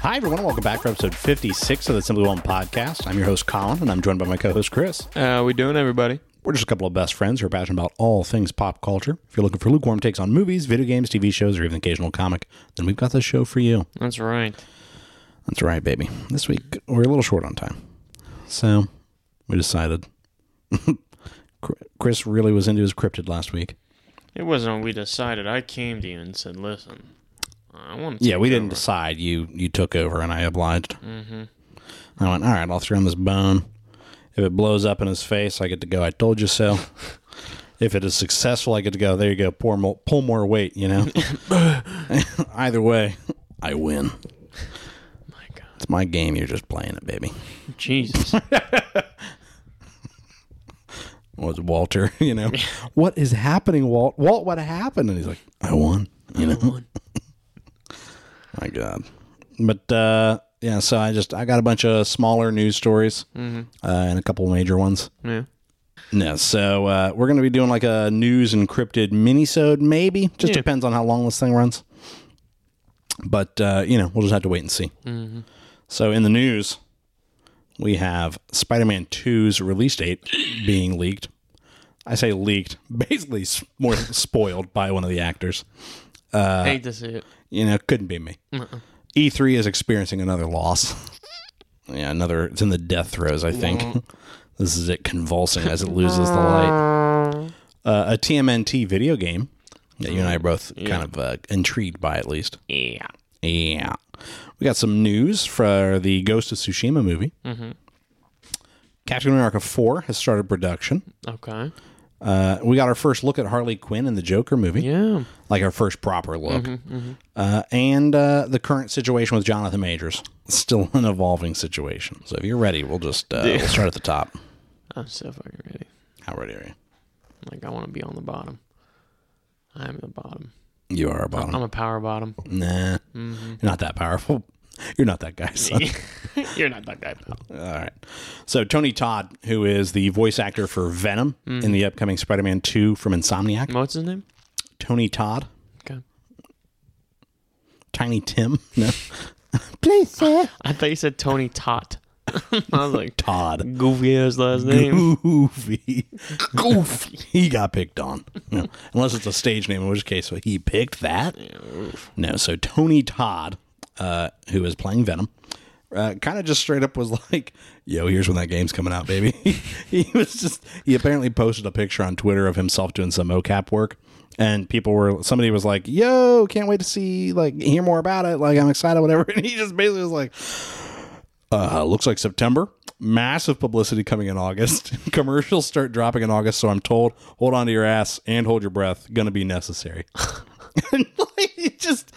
Hi, everyone. Welcome back for episode 56 of the Simply Wellness podcast. I'm your host, Colin, and I'm joined by my co host, Chris. How Uh, we doing, everybody? We're just a couple of best friends who are passionate about all things pop culture. If you're looking for lukewarm takes on movies, video games, TV shows, or even an occasional comic, then we've got this show for you. That's right. That's right, baby. This week, we're a little short on time. So, we decided. Cr- Chris really was into his cryptid last week. It wasn't when we decided. I came to you and said, "Listen, I want." To Yeah, we take didn't over." decide. You you took over, and I obliged. Mm-hmm. I went, all right, I'll throw him this bone. If it blows up in his face, I get to go. I told you so. if it is successful, I get to go. There you go. Pour more, pull more weight. You know. Either way, I win. My God, It's my game. You're just playing it, baby. Jesus! Was Walter? You know, what is happening, Walt? Walt, what happened? And he's like, I won. You know. My God. But uh, yeah, so I just I got a bunch of smaller news stories uh, and a couple major ones. yeah. No, so uh, we're going to be doing like a news encrypted minisode, maybe. Just Yeah. depends on how long this thing runs. But uh, you know, we'll just have to wait and see. So in the news, we have Spider-Man 2's release date being leaked. I say leaked, basically s- more spoiled by one of the actors. Uh, Hate to see it. You know, couldn't be me. E3 is experiencing another loss. yeah, another. It's in the death throes, I think. this is it convulsing as it loses the light. Uh, a TMNT video game that you and I are both kind of uh, intrigued by, at least. Yeah. Yeah. We got some news for the Ghost of Tsushima movie. Captain America 4 has started production. Okay. Uh, we got our first look at Harley Quinn in the Joker movie Yeah. like our first proper look. Uh, and uh, the current situation with Jonathan Majors, still an evolving situation. So if you're ready, we'll just uh, we'll start at the top. I'm so fucking ready. How ready are you? Like I want to be on the bottom. I'm the bottom. You are a bottom. I'm a power bottom. nah, you're not that powerful. You're not that guy. son. You're not that guy, pal. All right. So Tony Todd, who is the voice actor for Venom in the upcoming Spider-Man 2 from Insomniac, What's his name? Tony Todd, Okay. Tiny Tim, no, please sir, I thought you said Tony Tot. I was like, Todd. goofy ass last name. Goofy. Goofy. he got picked on. No, unless it's a stage name, in which case he picked that. No, so Tony Todd, uh, who is playing Venom, uh, kind of just straight up was like, yo, here's when that game's coming out, baby. he was just, he apparently posted a picture on Twitter of himself doing some mocap work. And people were, somebody was like, yo, can't wait to see, like, hear more about it. Like, I'm excited, whatever. And he just basically was like, uh, looks like September. Massive publicity coming in August. Commercials start dropping in August, so I'm told. Hold on to your ass and hold your breath. Going to be necessary. and like, he just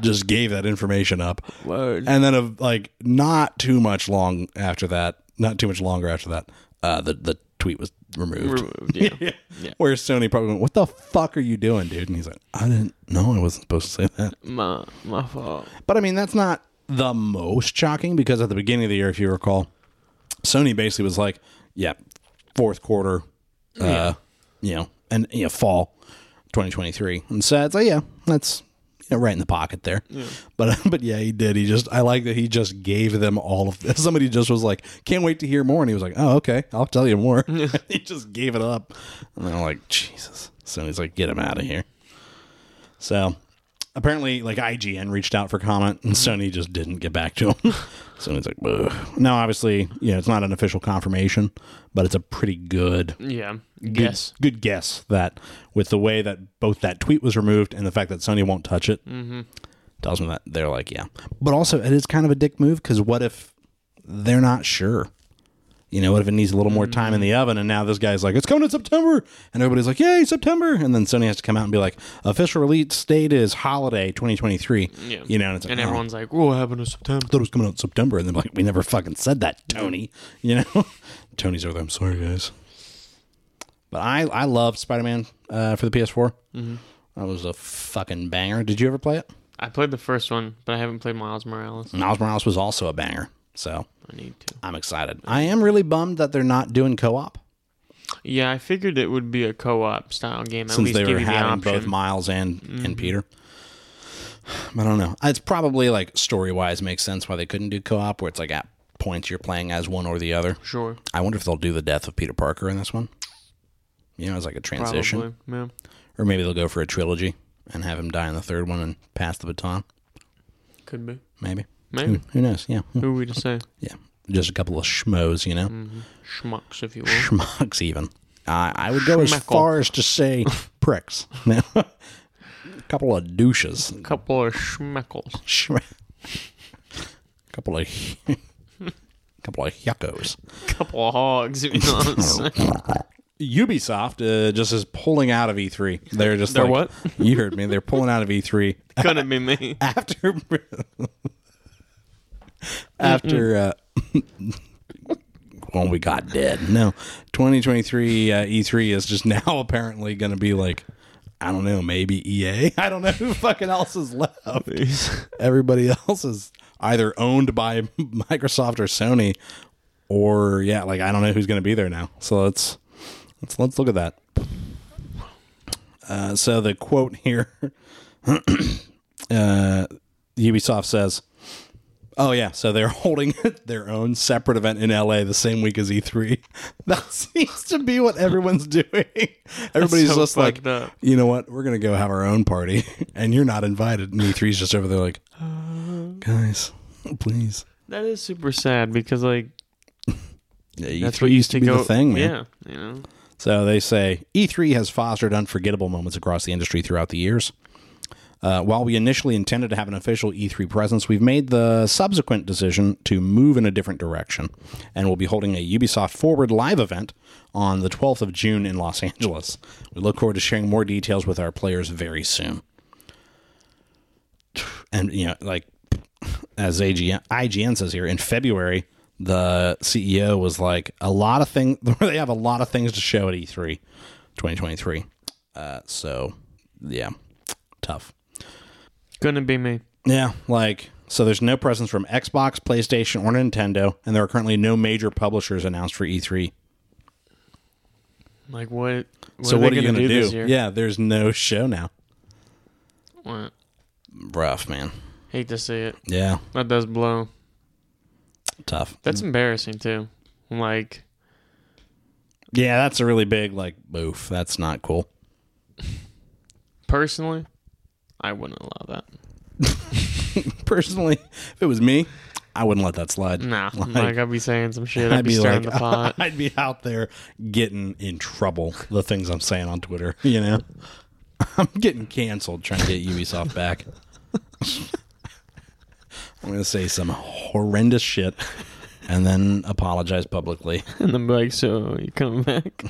just gave that information up. Word. And then, of like, not too much long after that, not too much longer after that, uh, the the tweet was removed. Removed, yeah. Where Sony probably went, "What the fuck are you doing, dude?" And he's like, "I didn't know I wasn't supposed to say that." my my fault. But I mean, that's not the most shocking because at the beginning of the year, if you recall, Sony basically was like, "Yeah, fourth quarter, uh, you know, and you know, fall 2023," and so it's like, "Yeah, that's." you know, right in the pocket there, but but yeah, he did. He just I like that he just gave them all of this. Somebody just was like, "Can't wait to hear more," and he was like, "Oh, okay, I'll tell you more." he just gave it up, and they're like, "Jesus!" So he's like, "Get him out of here." So apparently, like IGN reached out for comment, and Sony just didn't get back to him. Sony's like, Ugh. now obviously, you know, it's not an official confirmation, but it's a pretty good Yeah. Guess. good guess that with the way that both that tweet was removed and the fact that Sony won't touch it, tells me that they're like, yeah. But also, it is kind of a dick move because what if they're not sure? You know, what if it needs a little more time in the oven? And now this guy's like, it's coming in September. And everybody's like, yay, September. And then Sony has to come out and be like, official release date is holiday 2023. Yeah. You know, and it's like, Mm-hmm. And oh, everyone's like, "What happened to September?" thought it was coming out in September. And they're like, we never fucking said that, Tony. You know? Tony's over there. I'm sorry, guys. But I, I loved Spider Man uh, for the PS4. Mm-hmm. That was a fucking banger. Did you ever play it? I played the first one, but I haven't played Miles Morales. Miles Morales was also a banger. So I need to. I'm excited. I am really bummed that they're not doing co op Yeah, I figured it would be a co-op style game. At since least they give were you the having option. both Miles and, and Peter. I don't know. It's probably like story wise makes sense why they couldn't do co op, where it's like at points you're playing as one or the other. Sure. I wonder if they'll do the death of Peter Parker in this one. You know, as like a transition, Probably. Yeah. or maybe they'll go for a trilogy and have him die in the third one and pass the baton. Could be. Maybe. Maybe. Who knows? Yeah. Who are we to say? Yeah. Just a couple of schmoes, you know? Mm-hmm. Schmucks, if you will. Schmucks, even. I I would go as Schmeckle. far as to say pricks. No. a couple of douches. Couple of schmeckles. Schm- couple of. couple of yuckos. Couple of hogs, if you know what I'm saying. Ubisoft uh, just is pulling out of E3. They're just They're like, what? You heard me. They're pulling out of E E3 Couldn't be me. after after uh when we got dead no 2023 uh, e3 is just now apparently gonna be like i don't know maybe ea i don't know who fucking else is left everybody else is either owned by microsoft or sony or yeah like i don't know who's gonna be there now so let's let's let's look at that uh, so the quote here uh, Ubisoft says, "Oh yeah, so they're holding their own separate event in LA the same week as E3." That seems to be what everyone's doing. Everybody's so just like, fucked up. "You know what? We're gonna go have our own party, and you're not invited." And E3's just over there like, Uh, "Guys, please." That is super sad because, like, Yeah, that's E3 what E used to be go. the thing, man. Yeah, you know. So they say E3 has fostered unforgettable moments across the industry throughout the years. Uh, while we initially intended to have an official E3 presence, we've made the subsequent decision to move in a different direction and we'll be holding a Ubisoft Forward live event on the 12th of June in Los Angeles. We look forward to sharing more details with our players very soon. And, you know, like as AGN, IGN says here in February, the CEO was like a lot of things. They have a lot of things to show at E E3, 2023. Uh, so yeah, tough. Couldn't be me. Yeah, like so. There's no presence from Xbox, PlayStation, or Nintendo, and there are currently no major publishers announced for E E3. Like, what? what so are what they are you gonna gonna do? do? This year? Yeah, there's no show now. What? Rough man. Hate to see it. Yeah, That does blow. tough. That's embarrassing too. Like, Yeah, that's a really big like boof. That's not cool. personally, I wouldn't allow that. Personally, if it was me, I wouldn't let that slide. Nah, Like- like, I'd be saying some shit. I'd, be, stirring the pot. I'd be out there getting in trouble. The things I'm saying on Twitter, you know, I'm getting canceled trying to get Ubisoft back. I'm gonna say some horrendous shit and then apologize publicly. and I'm like, so you come back,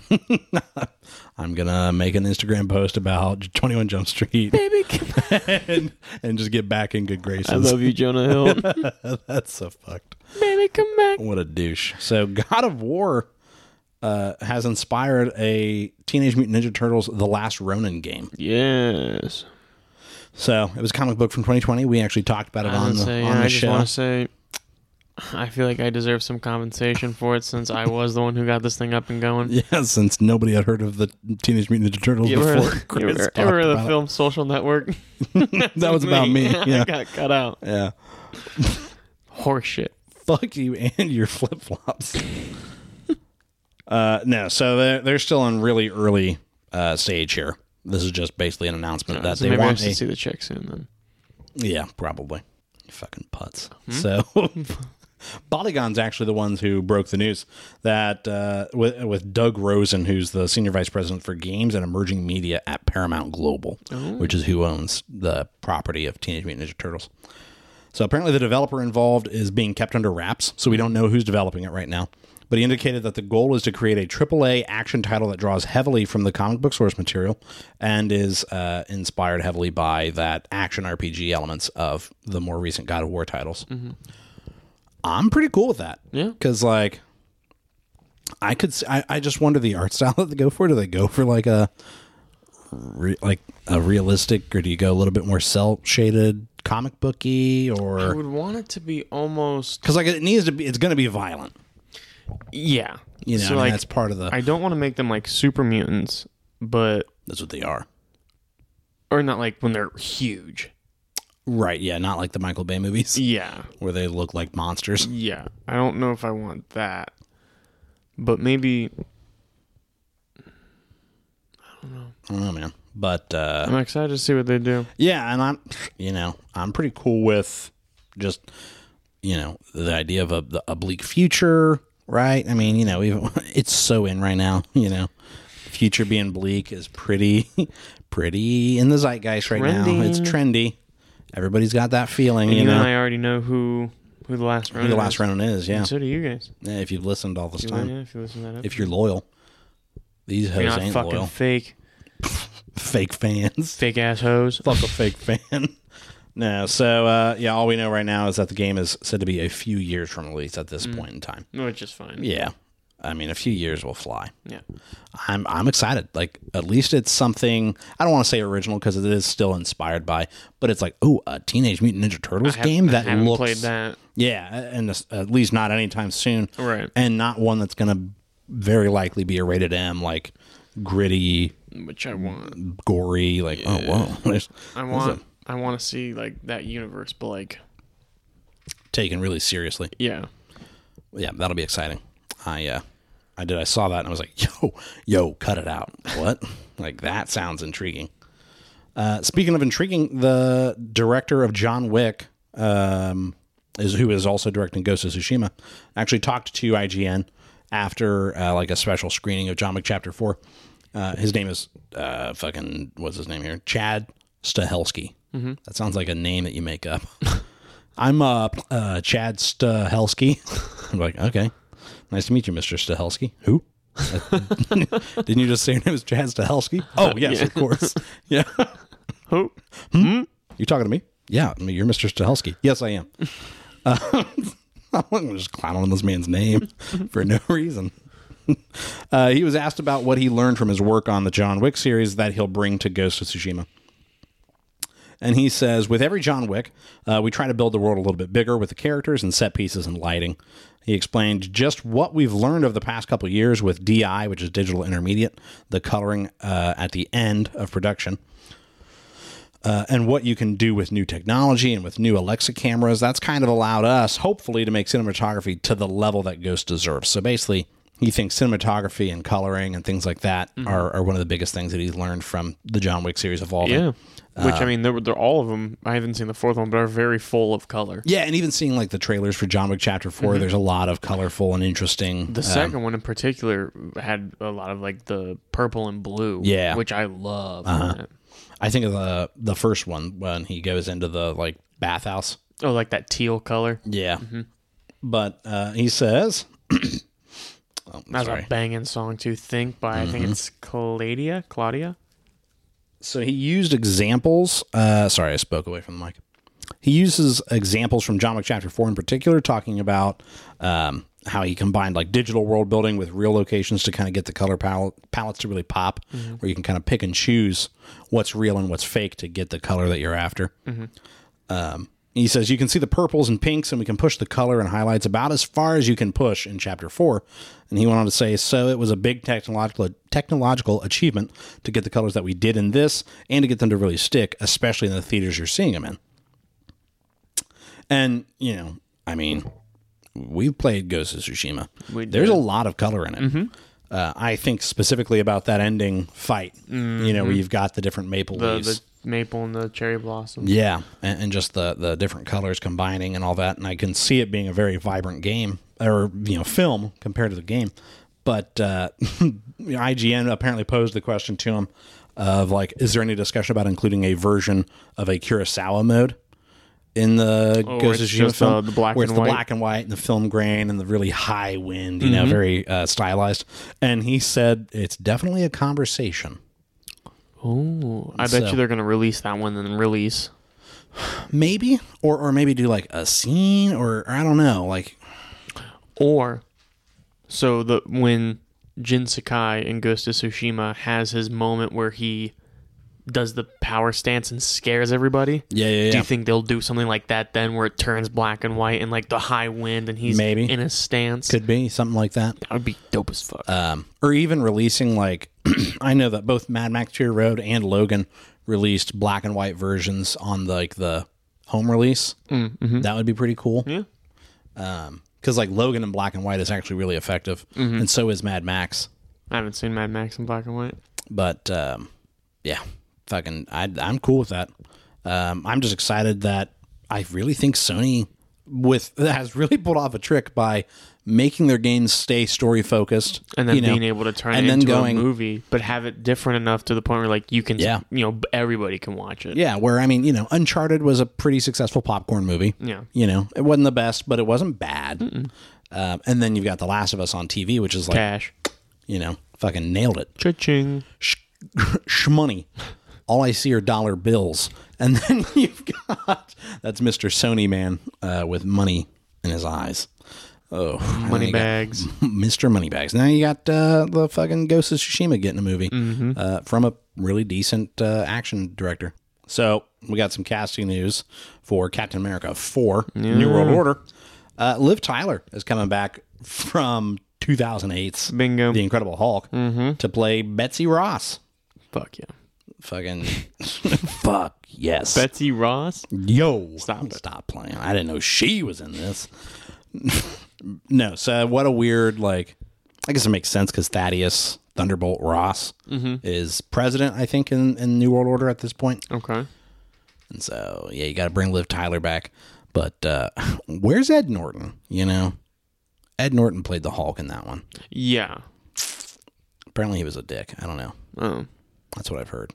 I'm gonna make an Instagram post about 21 Jump Street baby? Come back. and, and just get back in good graces. I love you, Jonah Hill. That's so fucked. baby, come back. What a douche. So God of War uh, has inspired a Teenage Mutant Ninja Turtles The Last Ronin game. Yes. So it was a comic book from 2020. We actually talked about it I, on would the, say, on yeah, the I just show. want to say, I feel like I deserve some compensation for it since I was the one who got this thing up and going. Yeah, since nobody had heard of the Teenage Mutant Ninja Turtles You ever, before. you Chris ever, talked ever heard of the about it. film Social Network? That was about me. I Yeah, got cut out. yeah. Horseshit. Fuck you and your flip flops. uh, no, so they're they're still in really early uh, stage here. This is just basically an announcement that So they maybe I want should a see the check soon then. Yeah, probably. You fucking putz. So, Bodygon's actually the ones who broke the news that uh, with, with Doug Rosen, who's the senior vice president for games and emerging media at Paramount Global, which is who owns the property of Teenage Mutant Ninja Turtles. So apparently, the developer involved is being kept under wraps, so we don't know who's developing it right now. But he indicated that the goal is to create a AAA action title that draws heavily from the comic book source material and is uh, inspired heavily by that action RPG elements of the more recent God of War titles. I'm pretty cool with that. Yeah. Because, like, I could, s- I, I just wonder the art style that they go for. Do they go for like a, re, like a realistic, or do you go a little bit more cell shaded, comic booky, I or would want it to be almost because like it needs to be, it's going to be violent. yeah. You know, so and like that's part of the. I don't want to make them like super mutants, but that's what they are. or not like when they're huge. Right, yeah, not like the Michael Bay movies Yeah. where they look like monsters. Yeah. I don't know if I want that. But maybe I don't know, man. But uh, I'm excited to see what they do. yeah, and I'm, you know, I'm pretty cool with just, you know, the idea of a the oblique future, right? I mean, you know, even it's so in right now, you know, future being bleak is pretty, pretty in the zeitgeist right now. It's trendy. Everybody's got that feeling, You, you and know. I already know who who the last runner Who the last is. round is, yeah. And So do you guys. Yeah, If you've listened all this You time, yeah, if you listen to that. if you're loyal, these you're hoes not ain't fucking loyal. fake, Fake fans. fake ass hoes. fuck a fake fan. No, so uh, yeah, all we know right now is that the game is said to be a few years from release at this point in time. Which is fine. Mm. Yeah, I mean, a few years will fly. Yeah. I'm I'm excited. Like at least it's something. I don't want to say original because it is still inspired by, but it's like oh, a Teenage Mutant Ninja Turtles I game haven't- that I haven't looks played that. yeah, and this- at least not anytime soon, Right. and not one that's gonna very likely be a rated M like gritty, Which I want. Mm, gory, like oh whoa, I want I want to see like that universe, but like taken really seriously. yeah. yeah, that'll be exciting. I uh, I did. I saw that and I was like, yo, yo, cut it out. What? like that sounds intriguing. Uh, speaking of intriguing, the director of John Wick, um, is who is also directing Ghost of Tsushima, actually talked to IGN after uh, like a special screening of John Wick Chapter Four. Uh, his name is uh, fucking what's his name here? Chad Stahelski. That sounds like a name that you make up. I'm uh, uh Chad Stahelski. I'm like, okay, nice to meet you, Mr. Stahelski. Who? Didn't you just say your name is Chad Stahelski? Oh yes, of course. Yeah. Hmm? Who? You talking to me? Yeah, I mean, you're Mr. Stahelski. Yes, I am. Uh, I'm just clowning on this man's name for no reason. Uh, he was asked about what he learned from his work on the John Wick series that he'll bring to Ghost of Tsushima. And he says, with every John Wick, uh, we try to build the world a little bit bigger with the characters and set pieces and lighting. He explained just what we've learned over the past couple of years with DI, which is digital intermediate, the coloring uh, at the end of production uh, and what you can do with new technology and with new Alexa cameras. That's kind of allowed us, hopefully, to make cinematography to the level that Ghost deserves. So basically, he thinks cinematography and coloring and things like that are, are one of the biggest things that he's learned from the John Wick series evolving. Yeah. Which uh, I mean, they're, they're all of them. I haven't seen the fourth one, but are very full of color. Yeah, and even seeing like the trailers for John Wick Chapter 4 there's a lot of colorful and interesting. uh, The second one in particular had a lot of like the purple and blue. Yeah. Uh-huh. Which I love. I think of the the first one when he goes into the like bathhouse. Oh, like that teal color. Yeah, but uh, he says, oh, That's sorry. Mm-hmm. a banging song to think by. I think it's Claudia. Claudia. So he used examples. Uh, sorry, I spoke away from the mic. He uses examples from John Wick Chapter 4 in particular, talking about um, how he combined like digital world building with real locations to kind of get the color pal- palettes to really pop, where you can kind of pick and choose what's real and what's fake to get the color that you're after. He says you can see the purples and pinks, and we can push the color and highlights about as far as you can push in chapter four. And he went on to say, so it was a big technological technological achievement to get the colors that we did in this, and to get them to really stick, especially in the theaters you're seeing them in. And you know, I mean, we've played Ghost of Tsushima. We Mm-hmm. There's a lot of color in it. Uh, I think specifically about that ending fight. You know, where you've got the different maple Mm-hmm. The, leaves. the maple and the cherry blossom. Yeah, and, and just the the different colors combining and all that, and I can see it being a very vibrant game or you know film compared to the game. But uh, IGN apparently posed the question to him of like, is there any discussion about including a version of a Kurosawa mode in the Oh, Ghost of it's Tsushima just, film? uh, the black where it's and the white. Mm-hmm. black and white and the film grain and the really high wind, you know, very uh, stylized. And he said it's definitely a conversation. Oh, I bet So- you they're gonna release that one and then release. maybe or or maybe do like a scene or, or i don't know like Or, so the when Jin Sakai in Ghost of Tsushima has his moment where he does the power stance and scares everybody. yeah yeah Do you think they'll do something like that then, where it turns black and white and like the high wind and he's Maybe. in a stance? could be something like that that would be dope as fuck. um or even releasing like i know that both mad max fury road and logan released black and white versions on like the home release. That would be pretty cool. Yeah. Because like Logan in black and white is actually really effective, and so is Mad Max. I haven't seen Mad Max in black and white. But um, yeah, fucking, I, I'm cool with that. Um, I'm just excited that I really think Sony with has really pulled off a trick by making their games stay story focused And then you know, being able to turn and it then into going- a movie, but have it different enough to the point where like you can, Yeah. you know, everybody can watch it. Yeah, where I mean, you know, Uncharted was a pretty successful popcorn movie. Yeah. You know, it wasn't the best, but it wasn't bad. Um, and then you've got The Last of Us on TV, which is like, Cash. you know, fucking nailed it. Cha-ching. Sh- shmoney. All I see are dollar bills. And then you've got that's Mr. Sony Man uh, with money in his eyes. Oh, and then Money you got bags. Mr. Moneybags. Now you got uh, the fucking Ghost of Tsushima getting a movie uh, from a really decent uh, action director. So we got some casting news for Captain America 4 New World Order. Uh, Liv Tyler is coming back from 2008's Bingo. The Incredible Hulk to play Betsy Ross. Fuck yeah. Fucking fuck yes. Betsy Ross? Yo, Stop it. Stop playing. I didn't know she was in this. no, so what a weird like. I guess it makes sense because Thaddeus Thunderbolt Ross is president, I think, in in New World Order at this point, Okay. and so yeah, you got to bring Liv Tyler back. But uh, where's Ed Norton? You know, Ed Norton played the Hulk in that one. Yeah. Apparently, he was a dick. I don't know. Oh. That's what I've heard.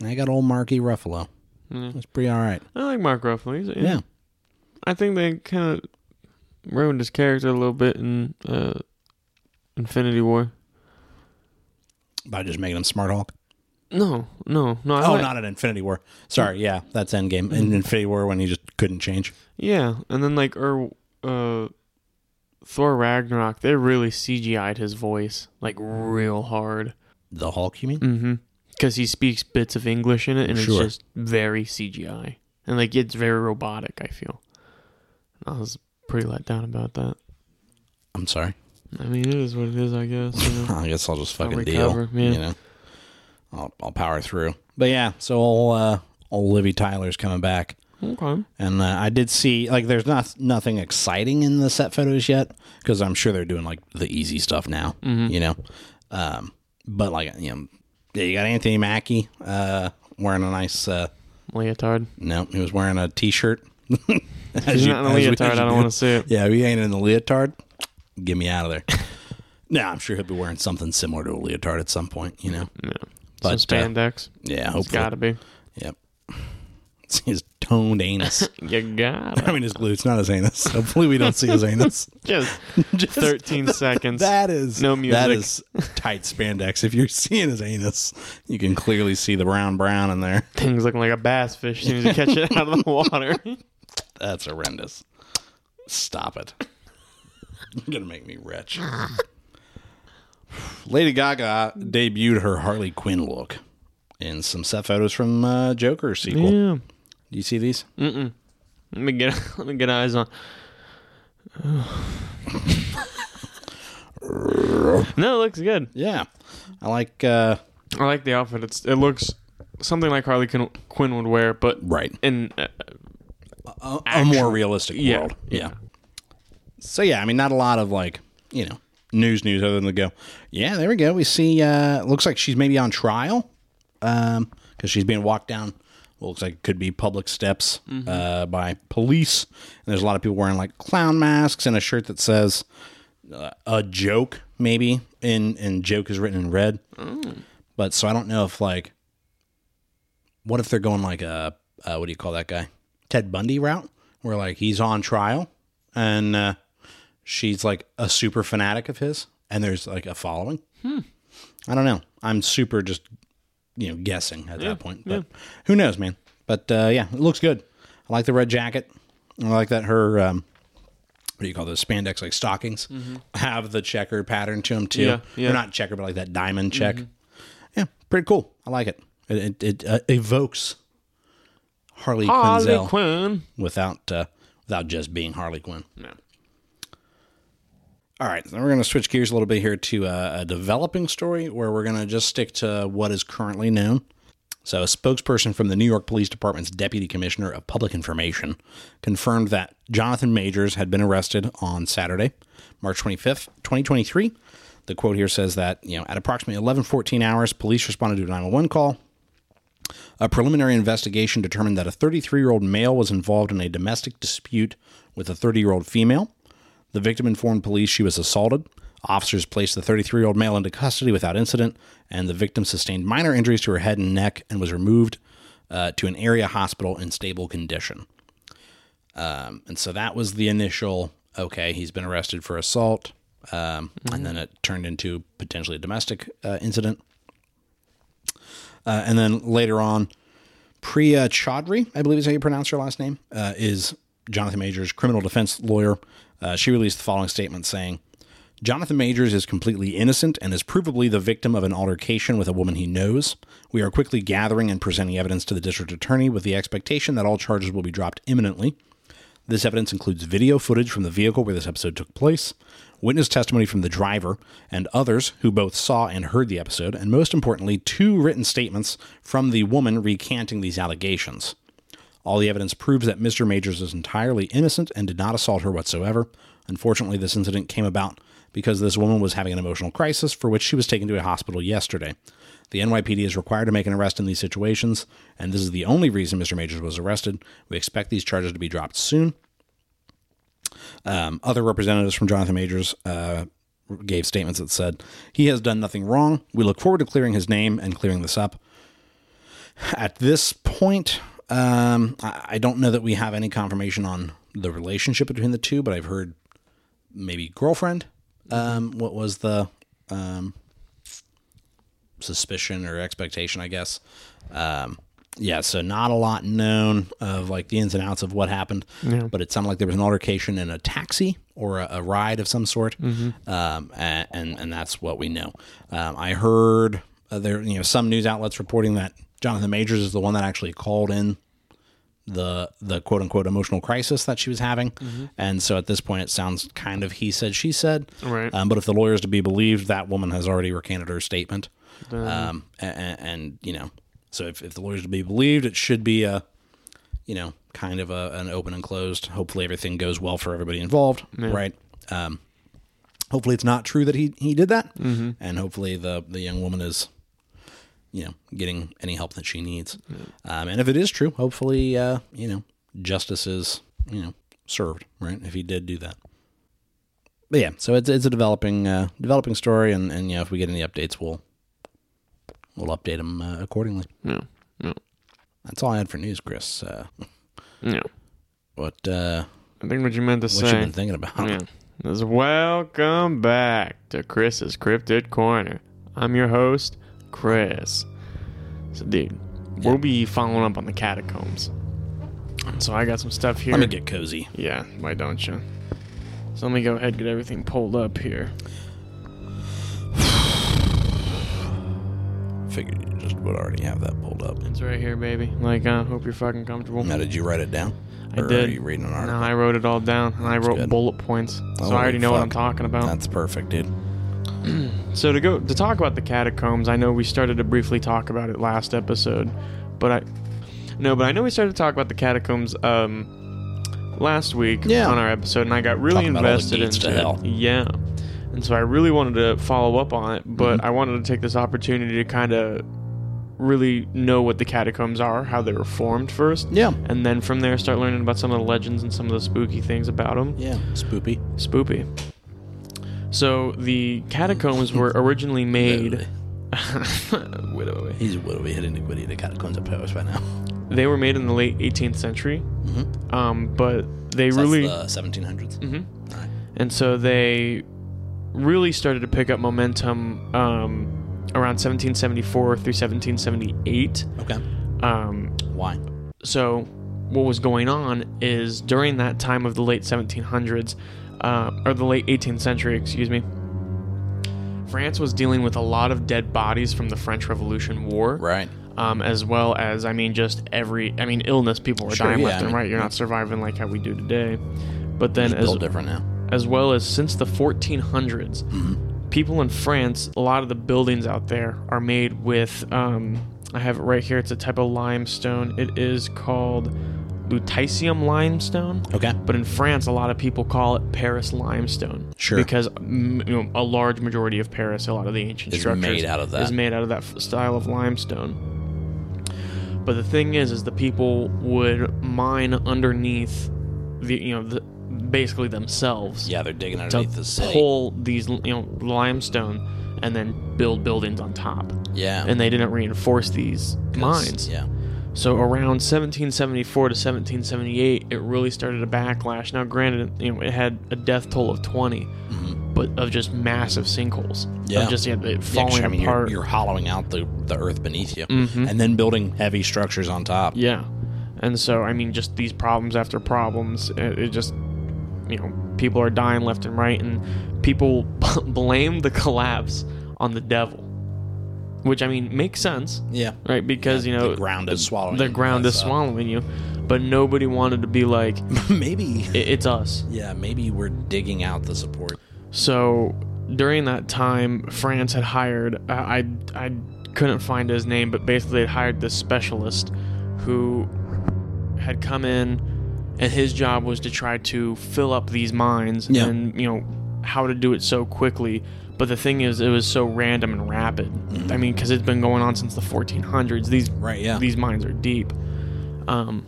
And I got old Marky Ruffalo. That's pretty all right. I like Mark Ruffalo. He's, Yeah. I think they kind of ruined his character a little bit in uh, Infinity War. by just making him Smart Hulk. No, no, no. I Oh, like- Mm-hmm. not an Infinity War. Sorry, yeah, that's Endgame. In Infinity War, when he just couldn't change. Yeah, and then like or uh, Thor Ragnarok, they really CGI'd his voice like real hard. The Hulk, you mean? Mm-hmm. Because he speaks bits of English in it, and Sure. it's just very CGI, and like it's very robotic. I feel. I was pretty let down about that. I'm sorry. I mean, it is what it is, I guess. You know? I guess I'll just I'll fucking deal. recover, yeah. You know, I'll, I'll power through. But yeah, so old, uh, old Livy Tyler's coming back. okay. And uh, I did see like there's not nothing exciting in the set photos yet because I'm sure they're doing like the easy stuff now, Mm. you know. Um, but like you know, yeah, you got Anthony Mackie uh, wearing a nice uh, Leotard. No, he was wearing a t-shirt. As He's you- not in as a we- leotard. as you I don't do. want to see it. Yeah, if he ain't in the leotard, get me out of there. no, I'm sure he'll be wearing something similar to a leotard at some point. You know, No. But, Some spandex. yeah, it's hopefully. got to be. Yep, it's his toned anus. You got I it. mean, his glutes, not his anus. Hopefully, we don't see his anus. Just Just 13 seconds. that is No That music. is tight spandex. If you're seeing his anus, you can clearly see the brown brown in there. Thing's looking like a bass fish as soon as you catch it out of the water. That's horrendous. Stop it. You're gonna make me rich. Lady Gaga debuted her Harley Quinn look in some set photos from uh, Joker sequel. yeah. Do you see these? Let me get let me get eyes on. no, it looks good. Yeah, I like. Uh, I like the outfit. It's it looks something like Harley Quinn, Quinn would wear, but right, in uh, a, a more realistic yeah, world. Yeah. So yeah, I mean, not a lot of like you know news news other than to go. Yeah, there we go. We see. Uh, looks like she's maybe on trial because she's being walked down. What looks like could be public steps uh, by police. And there's a lot of people wearing like clown masks and a shirt that says uh, a joke maybe, and and joke is written in red. But so I don't know if like, what if they're going like a uh, what do you call that guy Ted Bundy route, where like he's on trial and uh, she's like a super fanatic of his, and there's like a following. Hmm. I don't know. I'm super just you know guessing at that point, but who knows, man. But uh, yeah, it looks good. I like the red jacket. I like that her um, what do you call those spandex like stockings have the checker pattern to them too. Mm-hmm. Yeah, yeah. Mm-hmm. Or not checker, but like that diamond check. Yeah, pretty cool. I like it. It it, it uh, evokes Harley, Harley Quinzel Quinn. without uh, without just being Harley Quinn. No. All right, then we're going to switch gears uh, a little bit here to a, a developing story where we're going to just stick to what is currently known. So, a spokesperson from the New York Police Department's Deputy Commissioner of Public Information confirmed that Jonathan Majors had been arrested on Saturday, March 25th, 2023. The quote here says that, you know, at approximately 11:14 hours, police responded to a 911 call. A preliminary investigation determined that a 33-year-old male was involved in a domestic dispute with a 30-year-old female. The victim informed police she was assaulted. Officers placed the 33 year old male into custody without incident, and the victim sustained minor injuries to her head and neck and was removed uh, to an area hospital in stable condition. Um, and so that was the initial okay, he's been arrested for assault. Um, And then it turned into potentially a domestic uh, incident. Uh, and then later on, Priya Chaudhry, I believe is how you pronounce her last name, uh, is Jonathan Majors' criminal defense lawyer. Uh, she released the following statement saying Jonathan Majors is completely innocent and is provably the victim of an altercation with a woman he knows. We are quickly gathering and presenting evidence to the district attorney with the expectation that all charges will be dropped imminently. This evidence includes video footage from the vehicle where this episode took place, witness testimony from the driver and others who both saw and heard the episode, and most importantly, two written statements from the woman recanting these allegations. All the evidence proves that Mr. Majors is entirely innocent and did not assault her whatsoever. Unfortunately, this incident came about because this woman was having an emotional crisis for which she was taken to a hospital yesterday. The NYPD is required to make an arrest in these situations, and this is the only reason Mr. Majors was arrested. We expect these charges to be dropped soon. Um, other representatives from Jonathan Majors uh, gave statements that said, He has done nothing wrong. We look forward to clearing his name and clearing this up at this point, um, I, I don't know that we have any confirmation on the relationship between the two, but I've heard maybe girlfriend. Um, what was the um, suspicion or expectation? I guess. Um, yeah, so not a lot known of like the ins and outs of what happened, but it sounded like there was an altercation in a taxi or a, a ride of some sort, um, and, and and that's what we know. Um, I heard uh, there you know some news outlets reporting that Jonathan Majors is the one that actually called in the the quote unquote emotional crisis that she was having, and so at this point it sounds kind of he said she said. Right. Um, but if the lawyer is to be believed, that woman has already recanted her statement. Um, and, and you know, so if, if the lawyer is to be believed, it should be a you know kind of a, an open and closed. Hopefully everything goes well for everybody involved, right? Um, hopefully it's not true that he he did that, and hopefully the the young woman is you know, getting any help that she needs. Um, and if it is true, hopefully, uh, you know, justice is, you know, served, right? If he did do that. But yeah, so it's, it's a developing, uh, developing story. And, and, you know, if we get any updates, we'll, we'll update them uh, accordingly. No, no, That's all I had for news, Chris. Uh, no. what, uh, I think what you meant to what you say been thinking about? yeah, is welcome back to Chris's Cryptid Corner. I'm your host, Chris. So, dude, we'll be following up on the catacombs. So I got some stuff here. Let me get cozy. yeah, why don't you? So let me go ahead and get everything pulled up here. Figured you just would already have that pulled up. It's right here, baby. Like, I uh, hope you're fucking comfortable. Now, did you write it down? I or did. Are you reading an No, article? I wrote it all down and I wrote good. bullet points. So Holy I already know what I'm fuck. talking about. That's perfect, dude. So to go to talk about the catacombs, I know we started to briefly talk about it last episode, but I no, but I know we started to talk about the catacombs um last week Yeah. on our episode, and I got really Talking about all the invested gates into to it. hell. Yeah, and so I really wanted to follow up on it, but Mm-hmm. I wanted to take this opportunity to kind of really know what the catacombs are, how they were formed first. Yeah. And then from there, start learning about some of the legends and some of the spooky things about them. Yeah. Spoopy. Spoopy. So the catacombs were originally made. Widowy. He's what are we hitting iniquity the catacombs of Paris right now? They were made in the late 18th century, um, but they really Mm-hmm. That's the 1700s. and so they really started to pick up momentum um, around 1774 through 1778. Okay. Um, Why? so what was going on is during that time of the late 1700s uh, or the late 18th century excuse me france was dealing with a lot of dead bodies from the french revolution war Right. um, as well as i mean just every i mean illness people were Sure, dying yeah, left I and mean- right you're not surviving like how we do today but then It's a as, little different now. as well as since the 1400s people in france a lot of the buildings out there are made with um, I have it right here. It's a type of limestone. It is called lutetium limestone. Okay. But in France, a lot of people call it Paris limestone. Sure. Because mm, you know, a large majority of Paris, a lot of the ancient Is structures, made out of that. Is made out of that f- style of limestone. But the thing is, is the people would mine underneath the you know the, basically themselves Yeah, they're digging to underneath the city. pull these you know limestone and then build buildings on top. yeah. And they didn't reinforce these 'cause- mines. Yeah. So around 1774 to 1778, it really started a backlash. Now, granted, you know, it had a death toll of 20, but of just massive sinkholes. Mm-hmm. Yeah. Of just yeah, it Yeah, 'cause, falling I mean, apart. Mm-hmm. you're, you're hollowing out the, the earth beneath you and then building heavy structures on top. Yeah. And so, I mean, just these problems after problems. It, it just, you know, people are dying left and right, and people blame the collapse on the devil, which, I mean, makes sense, Yeah. right? Because, you know, The ground is swallowing. the ground is us up. swallowing you. But nobody wanted to be like, maybe. "I- it's us. Yeah, maybe we're digging out the support. So during that time, France had hired uh, I I, I couldn't find his name, but basically had hired this specialist who had come in, and his job was to try to fill up these mines Yeah. and you know how to do it so quickly. But the thing is, it was so random and rapid. I mean, because it's been going on since the 1400s. These Right, yeah. these mines are deep. Um,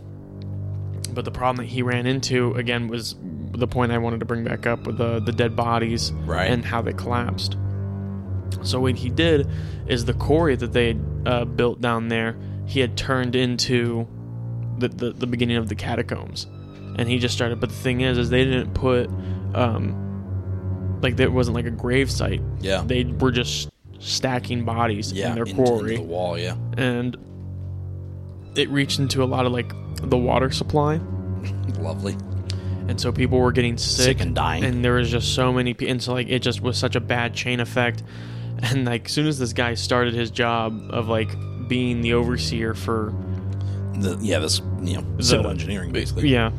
but the problem that he ran into again was the point I wanted to bring back up with the the dead bodies Right. and how they collapsed. So what he did is the quarry that they had uh, built down there, he had turned into the, the the beginning of the catacombs, and he just started. But the thing is, is they didn't put um, like there wasn't like a grave site. Yeah. They were just stacking bodies yeah. in their into- quarry Into the wall, yeah. and it reached into a lot of like the water supply Lovely. and so people were getting sick, Sick and dying. and there was just so many people and so like it just was such a bad chain effect and like soon as this guy started his job of like being the overseer for The, yeah, this, you know, civil The- engineering, basically. yeah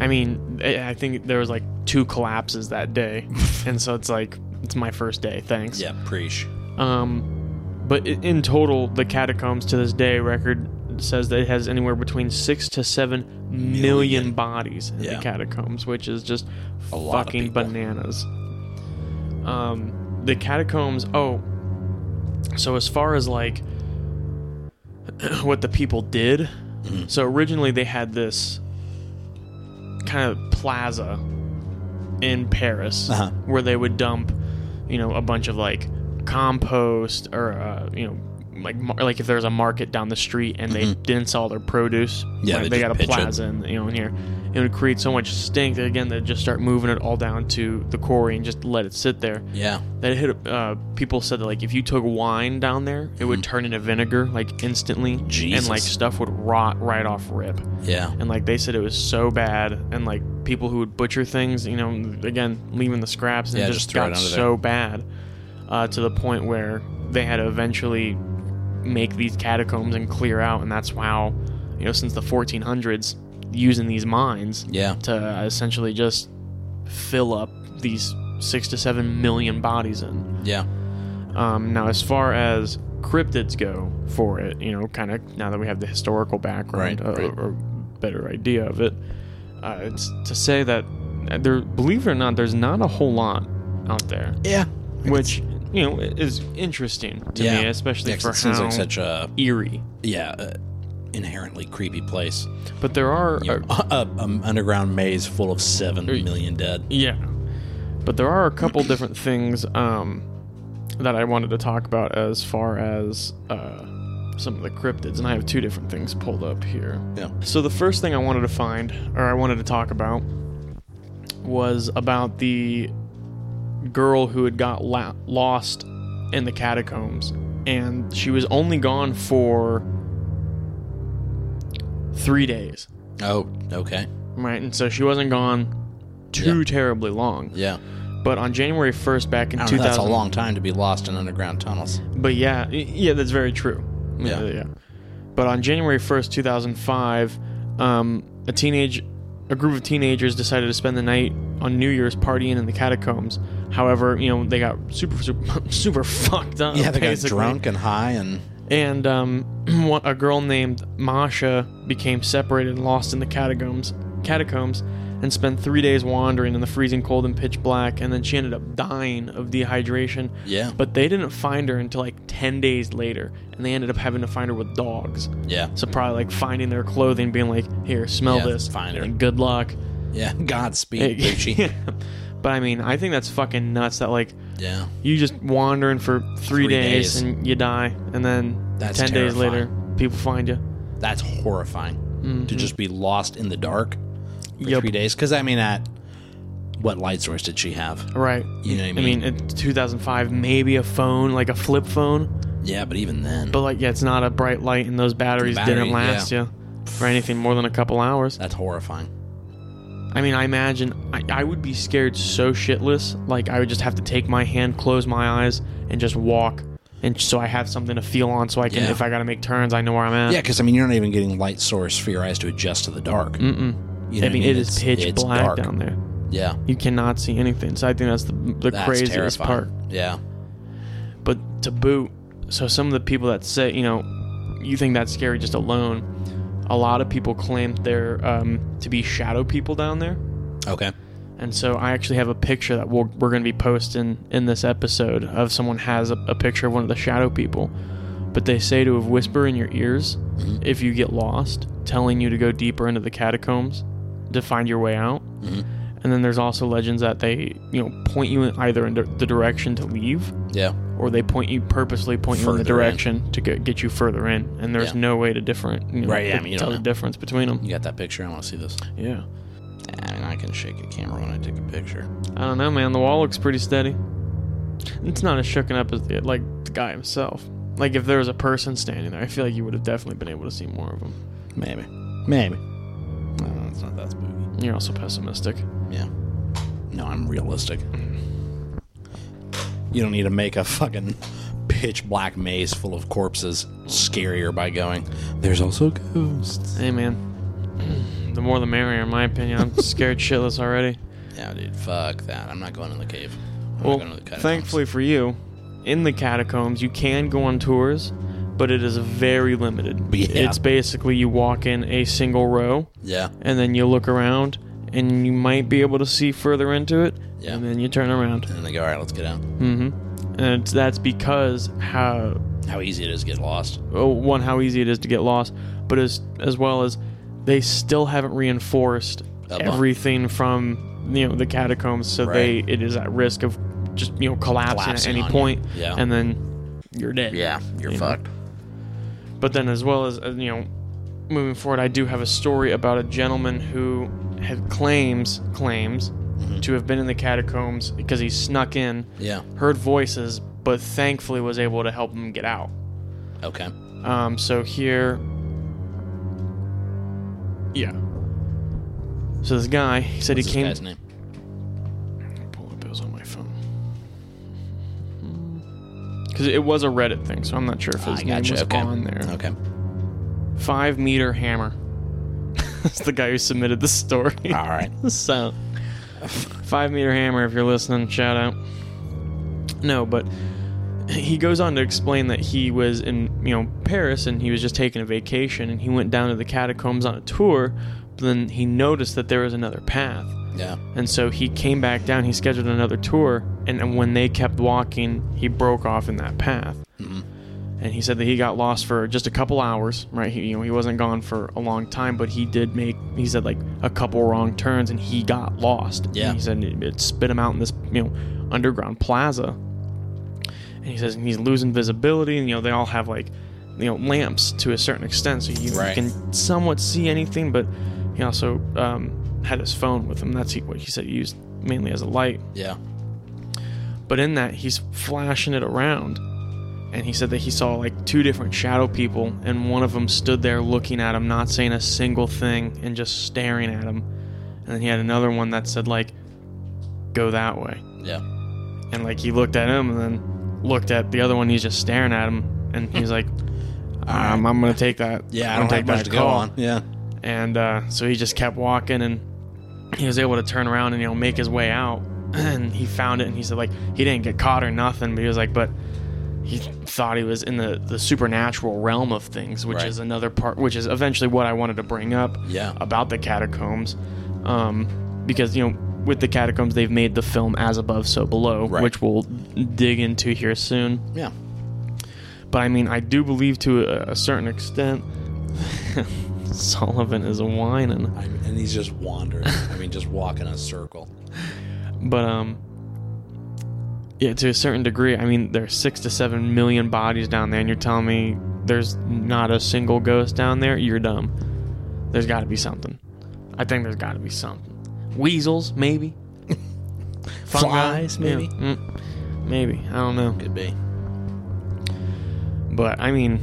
i mean i I think there was like two collapses that day and so it's like it's my first day thanks Yeah, preach. Um, but i- in total, the catacombs to this day record says that it has anywhere between six to seven million, million bodies in Yeah. the catacombs, which is just A lot of fucking people. bananas. Um, the catacombs. Oh, so as far as like what the people did, Mm-hmm. so originally they had this kind of plaza in Paris Uh-huh. where they would dump, you know, a bunch of like compost or uh, you know, like mar- like if there's a market down the street and they didn't all their produce, Mm-hmm. Yeah, like, they they just got a pitch it. plaza in you know in here. It would create so much stink that again they'd just start moving it all down to the quarry and just let it sit there. Yeah. That it hit uh, people said that like if you took wine down there, it Mm-hmm. would turn into vinegar like instantly, and Jesus. like stuff would rot right off rip Yeah. and like they said it was so bad and like people who would butcher things you know again leaving the scraps and Yeah, it just, just throw it got under so bad uh, to the point where they had to eventually make these catacombs and clear out and that's how you know since the 1400s using these mines Yeah. to essentially just fill up these six to seven million bodies in Yeah. um, now, as far as cryptids go for it, you know, kind of now that we have the historical background Right, or, right. or better idea of it, uh, it's to say that uh, there, believe it or not, there's not a whole lot out there, Yeah. which you know is interesting to Yeah. me, especially Yeah, 'cause for it seems how like such a eerie. yeah uh, inherently creepy place. But there are, You know, a, a- um, underground maze full of seven million dead. Yeah. But there are a couple different things um, that I wanted to talk about as far as uh, some of the cryptids, and I have two different things pulled up here. Yeah. So the first thing I wanted to find, or I wanted to talk about, was about the girl who had got la- lost in the catacombs, and she was only gone for three days, Oh, okay. right? And so she wasn't gone too terribly long. Yeah. But on January 1st, back in I don't 2000, know, that's a long time to be lost in underground tunnels. but yeah, y- yeah, that's very true. Yeah. But on January 1st, 2005, um, a teenage, a group of teenagers decided to spend the night on New Year's partying in the catacombs. However, you know they got super, super, super fucked up. Yeah, they got basically. drunk and high and and um, one- a girl named Masha became separated and lost in the catacombs, catacombs, and spent three days wandering in the freezing cold and pitch black. And then she ended up dying of dehydration. Yeah. But they didn't find her until like ten days later, and they ended up having to find her with dogs. Yeah. So probably like finding their clothing, being like, "Here, smell Yeah, this, find her. and good luck." Yeah. Godspeed, Gucci. Yeah. But I mean, I think that's fucking nuts. That like yeah. you just wandering for three, Three days, days. and you die, and then That's ten days later, people find you. That's horrifying to just be lost in the dark for Mm-hmm. Yep. three days. Because I mean, at what light source did she have? Right. You know what I I mean? mean, it's 2005, maybe a phone, like a flip phone, yeah, but even then, but like, yeah, it's not a bright light, and those batteries battery, didn't last you for anything more than a couple hours. that's horrifying. I mean, I imagine I, I would be scared so shitless, like, I would just have to take my hand, close my eyes, and just walk. And so I have something to feel on, so I can, Yeah. if I gotta make turns, I know where I'm at. Yeah, because I mean, you're not even getting light source for your eyes to adjust to the dark. Mm-mm. You know Mm-hmm. I mean, it is pitch black down there. Yeah, You cannot see anything. So I think that's the, the that's craziest terrifying. part. Yeah, But to boot, so some of the people that say, you know, you think that's scary just alone. A lot of people claim they're um, to be shadow people down there. okay. And so I actually have a picture that we'll, we're going to be posting in this episode of someone has a, a picture of one of the shadow people. But they say to whisper in your ears Mm-hmm. if you get lost, telling you to go deeper into the catacombs to find your way out. Mm-hmm. And then there's also legends that they, you know, point you in either in the direction to leave Yeah, or they point you purposely point you in the Further in. direction to get, get you further in. And there's Yeah. no way to different, you know, Right, yeah, to I mean, you tell don't the know. difference between them. you got that picture? I want to see this. Yeah. I mean, I can shake a camera when I take a picture. I don't know, man. The wall looks pretty steady. It's not as shooken up as the, like the guy himself. Like if there was a person standing there, I feel like you would have definitely been able to see more of them. Maybe, maybe. No, it's not that spooky. You're also pessimistic. Yeah. No, I'm realistic. You don't need to make a fucking pitch black maze full of corpses scarier by going. There's also ghosts. Hey, man. The more the merrier, in my opinion. I'm scared shitless already. Yeah, dude, fuck that. I'm not going in the cave. I'm not Well, going to the catacombs. thankfully for you, in the catacombs you can go on tours, but it is very limited. Yeah. It's basically you walk in a single row, Yeah. and then you look around, and you might be able to see further into it, Yeah. and then you turn around. And they go, all right, let's get out. Mm-hmm. and it's, that's because how How easy it is to get lost. oh, one how easy it is to get lost, but as as well as they still haven't reinforced That lock. everything from you know the catacombs, so they it is at risk of just you know collapsing, Collapsing at on any you. point, Yeah. and then you're dead. you're You know? But then as well as uh, you know, moving forward, I do have a story about a gentleman who had claims claims Mm-hmm. to have been in the catacombs because he snuck in Yeah. heard voices, but thankfully was able to help him get out. Okay. Um, so here, yeah. So this guy he said What's he this guy's came. name? Pull up bills on my phone. Because it was a Reddit thing, so I'm not sure if his Ah, I name gotcha. was Okay. Uh, on there. Okay. Five meter hammer. That's the guy who submitted the story. All right. so five meter hammer if you're listening shout out no but he goes on to explain that he was in you know paris and he was just taking a vacation and he went down to the catacombs on a tour but then he noticed that there was another path Yeah. and so he came back down he scheduled another tour and, and when they kept walking he broke off in that path and he said that he got lost for just a couple hours right he, you know he wasn't gone for a long time but he did make he said like a couple wrong turns and he got lost Yeah. and he said it, it spit him out in this you know underground plaza and he says he's losing visibility and you know they all have like you know lamps to a certain extent so you, you Right. can somewhat see anything but he also um, had his phone with him that's he, what he said he used mainly as a light Yeah. but in that he's flashing it around and he said that he saw like two different shadow people and one of them stood there looking at him not saying a single thing and just staring at him and then he had another one that said like go that way Yeah. and like he looked at him and then looked at the other one he's just staring at him and he's like um, i'm gonna take that Yeah. I I'm don't gonna have much to go call." on. Yeah. and uh, so he just kept walking and he was able to turn around and you know make his way out and he found it and he said like he didn't get caught or nothing but he was like but he thought he was in the, the supernatural realm of things, which Right. is another part, which is eventually what I wanted to bring up Yeah. about the catacombs. Um, because, you know, with the catacombs, they've made the film As Above, So Below, Right. which we'll dig into here soon. Yeah. But I mean, I do believe to a, a certain extent Sullivan is whining. I, and he's just wandering. I mean, just walking a circle. But um yeah, to a certain degree, I mean there's six to seven million bodies down there and you're telling me there's not a single ghost down there, you're dumb. There's gotta be something. I think there's gotta be something. Weasels, maybe. Fungi, Flies, yeah, maybe? mm, maybe. I don't know. Could be. But I mean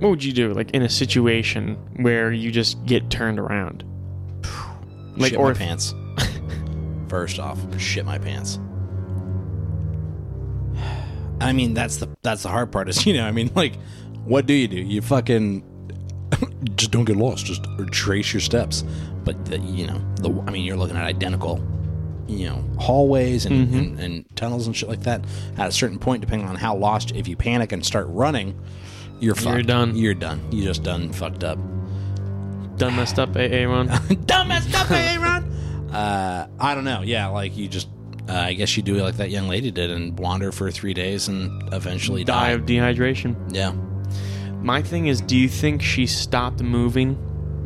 what would you do, like in a situation where you just get turned around? Like shit or my if- pants. First off, shit my pants. I mean, that's the that's the hard part is you know I mean like, what do you do? You fucking just don't get lost. Just trace your steps. But the, you know the I mean you're looking at identical, you know hallways and, Mm-hmm. and, and tunnels and shit like that. At a certain point, depending on how lost, if you panic and start running, you're fucked. done. You're done. You just done fucked up. done messed up AA run. Dumbass stuff, Aaron. Uh, I don't know. Yeah, like you just, uh, I guess you do like that young lady did and wander for three days and eventually Die die. of dehydration. Yeah, My thing is, do you think she stopped moving?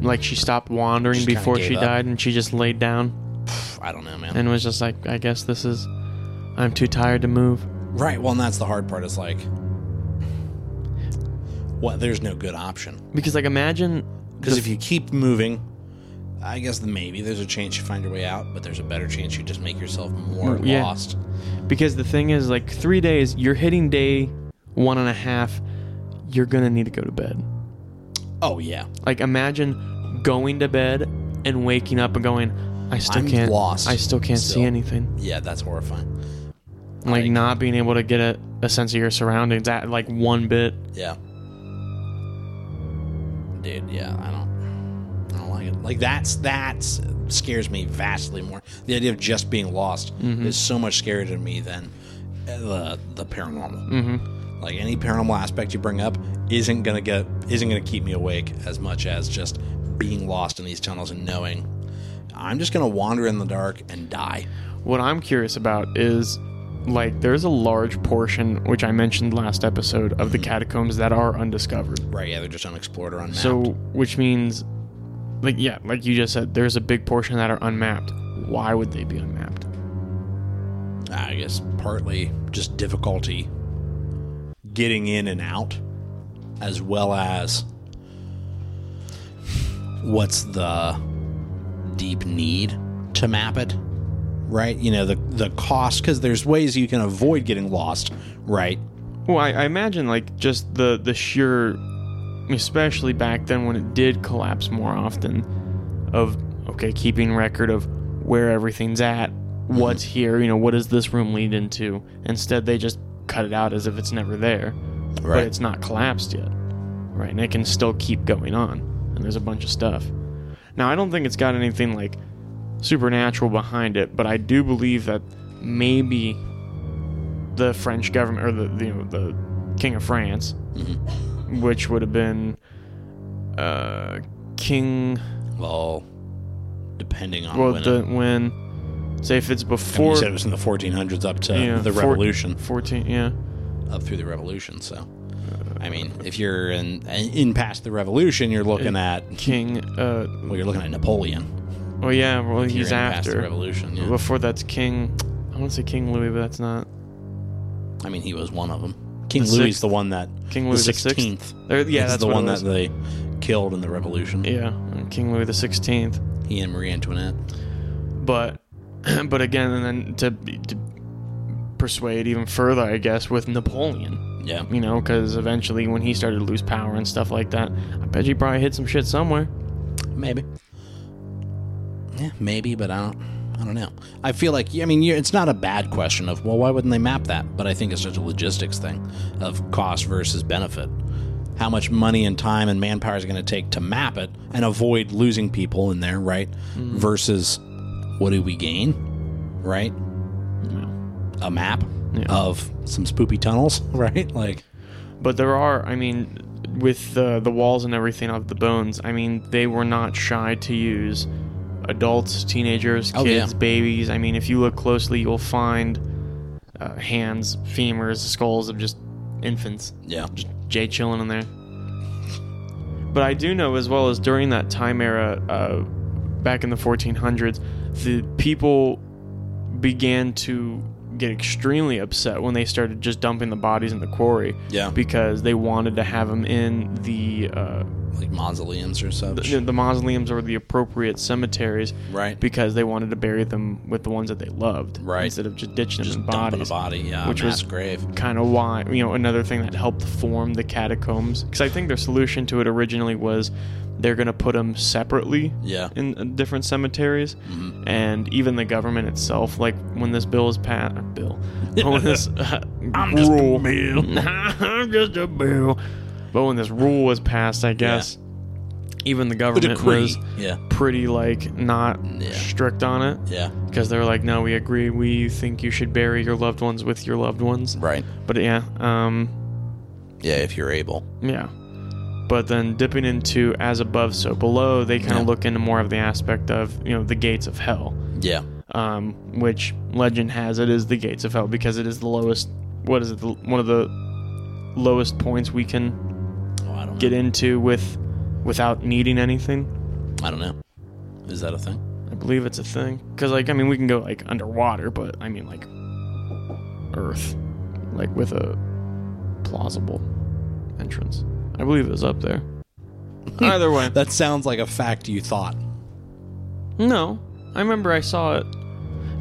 Like she stopped wandering Just kinda before gave she up. died and she just laid down Pff, I don't know, man. and was just like, I guess this is. I'm too tired to move. right. Well, and that's the hard part. Is like, what? There's no good option Because, like, imagine. because if you keep moving, I guess then maybe there's a chance you find your way out, but there's a better chance you just make yourself more Yeah. lost. Because the thing is, like, three days, you're hitting day one and a half, you're gonna need to go to bed. Oh yeah, Like, imagine going to bed and waking up and going, I still I'm can't. lost I still can't see still. anything. yeah. That's horrifying. Like, Like- not being able to get a, a sense of your surroundings at, like, one bit. Yeah. Dude, yeah, I don't I don't like it. Like that's that's scares me vastly more. The idea of just being lost is so much scarier to me than uh, the the paranormal. Mm-hmm. Like any paranormal aspect you bring up isn't gonna get isn't gonna keep me awake as much as just being lost in these tunnels and knowing I'm just gonna wander in the dark and die. What I'm curious about is like there's a large portion which I mentioned last episode of the catacombs that are undiscovered. Right? Yeah, they're just unexplored or unmapped. So which means like yeah, like you just said there's a big portion that are unmapped. Why would they be unmapped? I guess partly just difficulty getting in and out, as well as what's the deep need to map it, right? You know, the the cost because there's ways you can avoid getting lost, right? Well, I, I imagine like just the the sheer especially back then when it did collapse more often of okay, keeping record of where everything's at, what's here, you know, what does this room lead into? Instead they just cut it out as if it's never there. but it's not collapsed yet. Right, and it can still keep going on. And there's a bunch of stuff. Now, I don't think it's got anything like supernatural behind it, but I do believe that maybe the French government or the you know, the King of France, Mm-hmm. which would have been uh, King. well, depending on Well, when. the, it, when say if it's I mean, you before said it was in the 1400s up to Yeah, the four- revolution. 14, yeah. up through the revolution. So, I mean, if you're in in past the revolution, you're looking at King. Uh, well, you're looking at Napoleon. well, yeah. Well, If he's you're in past the after. revolution. yeah. Before that's King. I want to say King Louis, but that's not I mean, he was one of them. King The Louis is sixth- the one that King Louis the the Sixteenth. sixteenth. Yeah, that's the what it one was. that they killed in the revolution. yeah, and King Louis the Sixteenth. He and Marie Antoinette. But, but again, and then to, to persuade even further, I guess with Napoleon, Yeah, you know, because eventually when he started to lose power and stuff like that, I bet you probably hit some shit somewhere. maybe. Yeah, maybe, but I don't. I don't know. I feel like I mean, you're, it's not a bad question of well, why wouldn't they map that? But I think it's just a logistics thing of cost versus benefit. How much money and time and manpower is it going to take to map it and avoid losing people in there, right? Mm. Versus what do we gain, right? A map Yeah. of some spoopy tunnels, right? Like, But there are, I mean, with the the walls and everything of the bones, I mean, they were not shy to use adults, teenagers, kids, Oh, yeah. babies. I mean, if you look closely, you'll find uh, hands, femurs, skulls of just infants. yeah, Just Jay chilling in there. But I do know as well as during that time era, uh, back in the 1400s, the people began to get extremely upset when they started just dumping the bodies in the quarry yeah, because they wanted to have them in the uh, like mausoleums or such, the, the mausoleums or the appropriate cemeteries right? because they wanted to bury them with the ones that they loved Right. instead of just ditching Just them in dumping a bodies. body, yeah, which which was- was grave. Kind of why you know another thing that helped form the catacombs because I think their solution to it originally was they're going to put them separately Yeah, in uh, different cemeteries Mm-hmm. and even the government itself like when this bill is passed bill when this uh, I'm just a rule- bill. I'm just a bill but when this rule was passed I guess even the government was Yeah, pretty like not Yeah. strict on it yeah, because they were like no we agree we think you should bury your loved ones with your loved ones right. but yeah um Yeah, if you're able. yeah. But then dipping into as above, so below, they kind of Yeah. look into more of the aspect of, you know, the gates of hell, Yeah, um, which legend has it is the gates of hell because it is the lowest, what is it, the, one of the lowest points we can oh, I don't get into with without needing anything. know. I don't know. Is that a thing? I believe it's a thing. Because, like, I mean, we can go, like, underwater, but I mean, like, Earth, like, with a plausible entrance. I believe it was up there. Either way. That sounds like a fact you thought. No, I remember I saw it.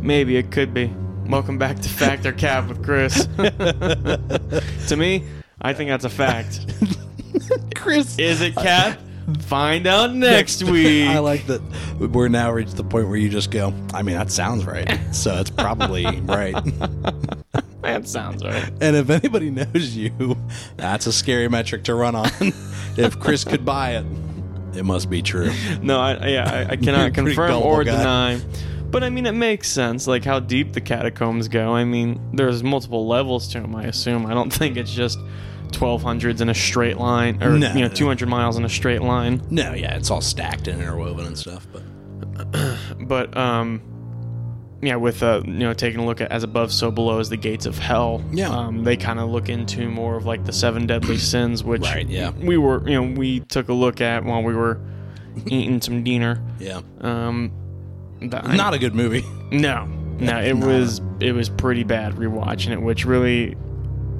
Maybe it could be. Welcome back to Fact or Cap with Chris. to me, I think that's a fact. Chris, Is it cap? Find out next week. I like that we're now reached the point where you just go, I mean, that sounds right. So it's probably right. that sounds right. And if anybody knows you, that's a scary metric to run on. if Chris could buy it, it must be true. No, I, yeah, I, I You're a cannot pretty confirm gullible or guy. deny. But I mean, it makes sense, like how deep the catacombs go. I mean, there's multiple levels to them. I assume. I don't think it's just 1200s in a straight line, or No, you know, no. 200 miles in a straight line. No, yeah, it's all stacked and interwoven and stuff, but but um yeah with uh you know taking a look at as above so below is the gates of hell Yeah. um they kind of look into more of like the seven deadly sins which Right, yeah. we were you know we took a look at while we were eating some dinner yeah. um that I- Not a good movie. no no it Nah. was it was pretty bad rewatching it which really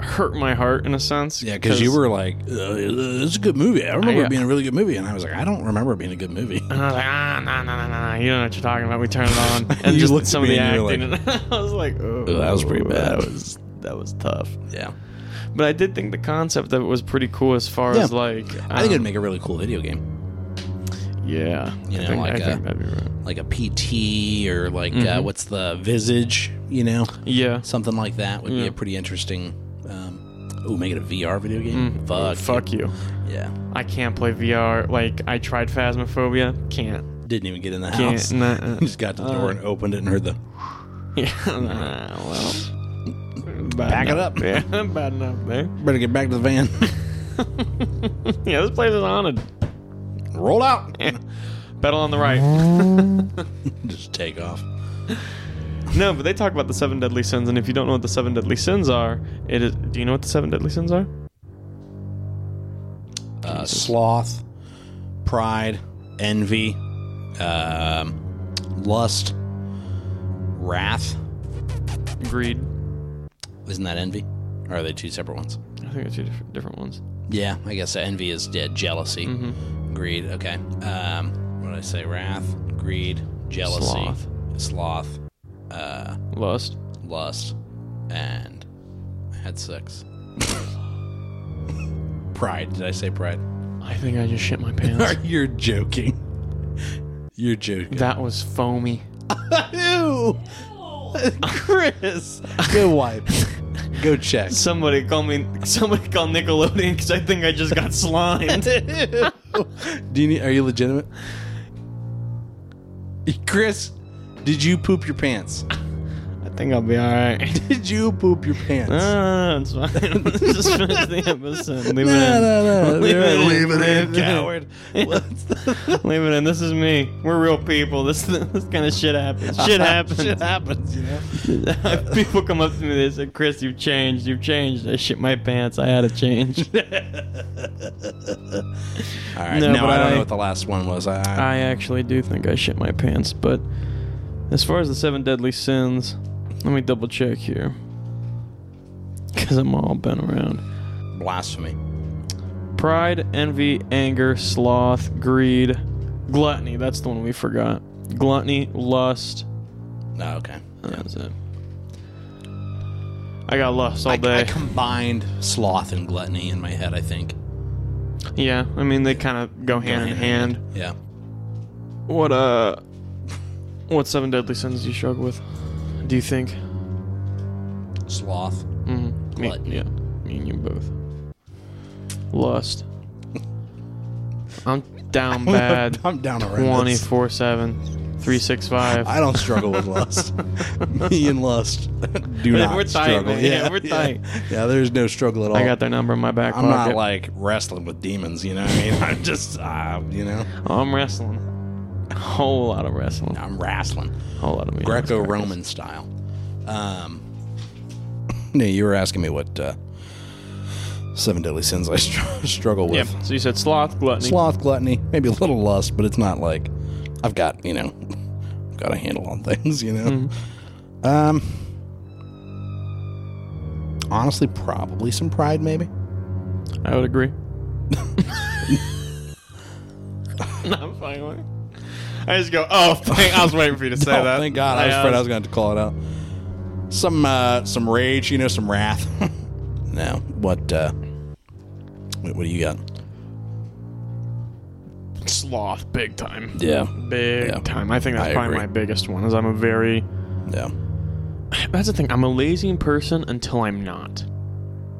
hurt my heart in a sense Yeah, because you were like, uh, it's a good movie. I remember yeah. it being a really good movie. And I was like, I don't remember it being a good movie. And I was like, ah, no, no, no, no, no. You don't know what you're talking about. We turned it on. And You just looked at some of me the and you acting. were and I was like, oh, that was pretty bad." That was, that was tough. Yeah. But I did think the concept of it was pretty cool as far Yeah. as like. I think um, it'd make a really cool video game. Yeah. You I know, think, like I a- think that'd be right. Like a PT or like, uh, Mhm. what's the Visage, you know? Yeah. Something like that would be Yeah. a pretty interesting. Um, oh, make it a VR video game? Fuck. Fuck you. Yeah. I can't play VR. Like, I tried Phasmophobia. Can't. Didn't even get in the Can't. house. Nah. Just got to the door and opened it and heard the. yeah. Nah, well. bad Back it enough. up. Yeah. Bad enough there. Better get back to the van. Yeah, this place is haunted. Roll out. Pedal on the right. Just take off. No, but they talk about the seven deadly sins, and if you don't know what the seven deadly sins are, it is. Do you know what the seven deadly sins are? Uh, sloth, pride, envy, um, lust, wrath. Greed. Isn't that envy? Or are they two separate ones? I think it's two different, different ones. Yeah, I guess envy is yeah, jealousy, greed. Okay. Um, what did I say? Wrath, greed, jealousy, Sloth. sloth, uh, Lust. lust, and I had six. pride. Did I say pride? I think I just shit my pants. You're joking. You're joking. that was foamy. Ew. Chris, go wipe. Go check. Somebody call me. Somebody call Nickelodeon because I think I just got slimed. Do you need, are you legitimate? Chris, did you poop your pants? I think I'll be all right. Did you poop your pants? Ah, it's fine. Let's just finish the episode. Leave it no, in. no, no. Leave it in. Leave it in. coward. What's the Leave it in. This is me. We're real people. This this kind of shit happens. Shit happens. shit happens? You know, people come up to me. They say, "Chris, you've changed. You've changed." I shit my pants. I had to change. all right. No, No, but I don't I- know what the last one was. Ah, I, I- I actually do think I shit my pants, but as far as the seven deadly sins, let me double check here. Because I'm all bent around. blasphemy. Pride, envy, anger, sloth, greed, gluttony. That's the one we forgot. Gluttony, lust. Oh, okay. That's it. I got lust all I, day. I combined sloth and gluttony in my head. I think. yeah, I mean they kind of go hand in hand. Yeah. What uh, what seven deadly sins do you struggle with? Do you think? Sloth. Mm-hmm. Gluttony. yeah, me and you both. Lust. I'm down bad. I'm down around. 24 7, 365. I don't struggle with lust. Me and lust do We're- not we're tight, struggle. man. Yeah, we're tight. Yeah. there's no struggle at all. I got their number in my back I'm pocket. not like wrestling with demons, you know what I mean? I'm just, uh, you know, Oh, I'm wrestling. A whole lot of wrestling. I'm wrestling. A whole lot of me. Greco Roman style. Um, no, you were asking me what uh, seven deadly sins I str- struggle Yeah. with. So you said sloth, gluttony. Sloth, gluttony, maybe a little lust, but it's not like I've got, you know, got a handle on things, you know? Mm-hmm. Um, honestly, probably some pride, maybe. I would agree. no, I'm fine with it. I just go, oh, thank, I was waiting for you to say Oh, that. Thank God. I was Yeah, afraid I was going to call it out. Some uh, some rage, you know, some wrath. no, what? Uh, what, what do you got? sloth big time. Yeah, Big Yeah. time. I think that's I probably agree. my biggest one. Is I'm a very yeah. that's the thing. I'm a lazy person until I'm not.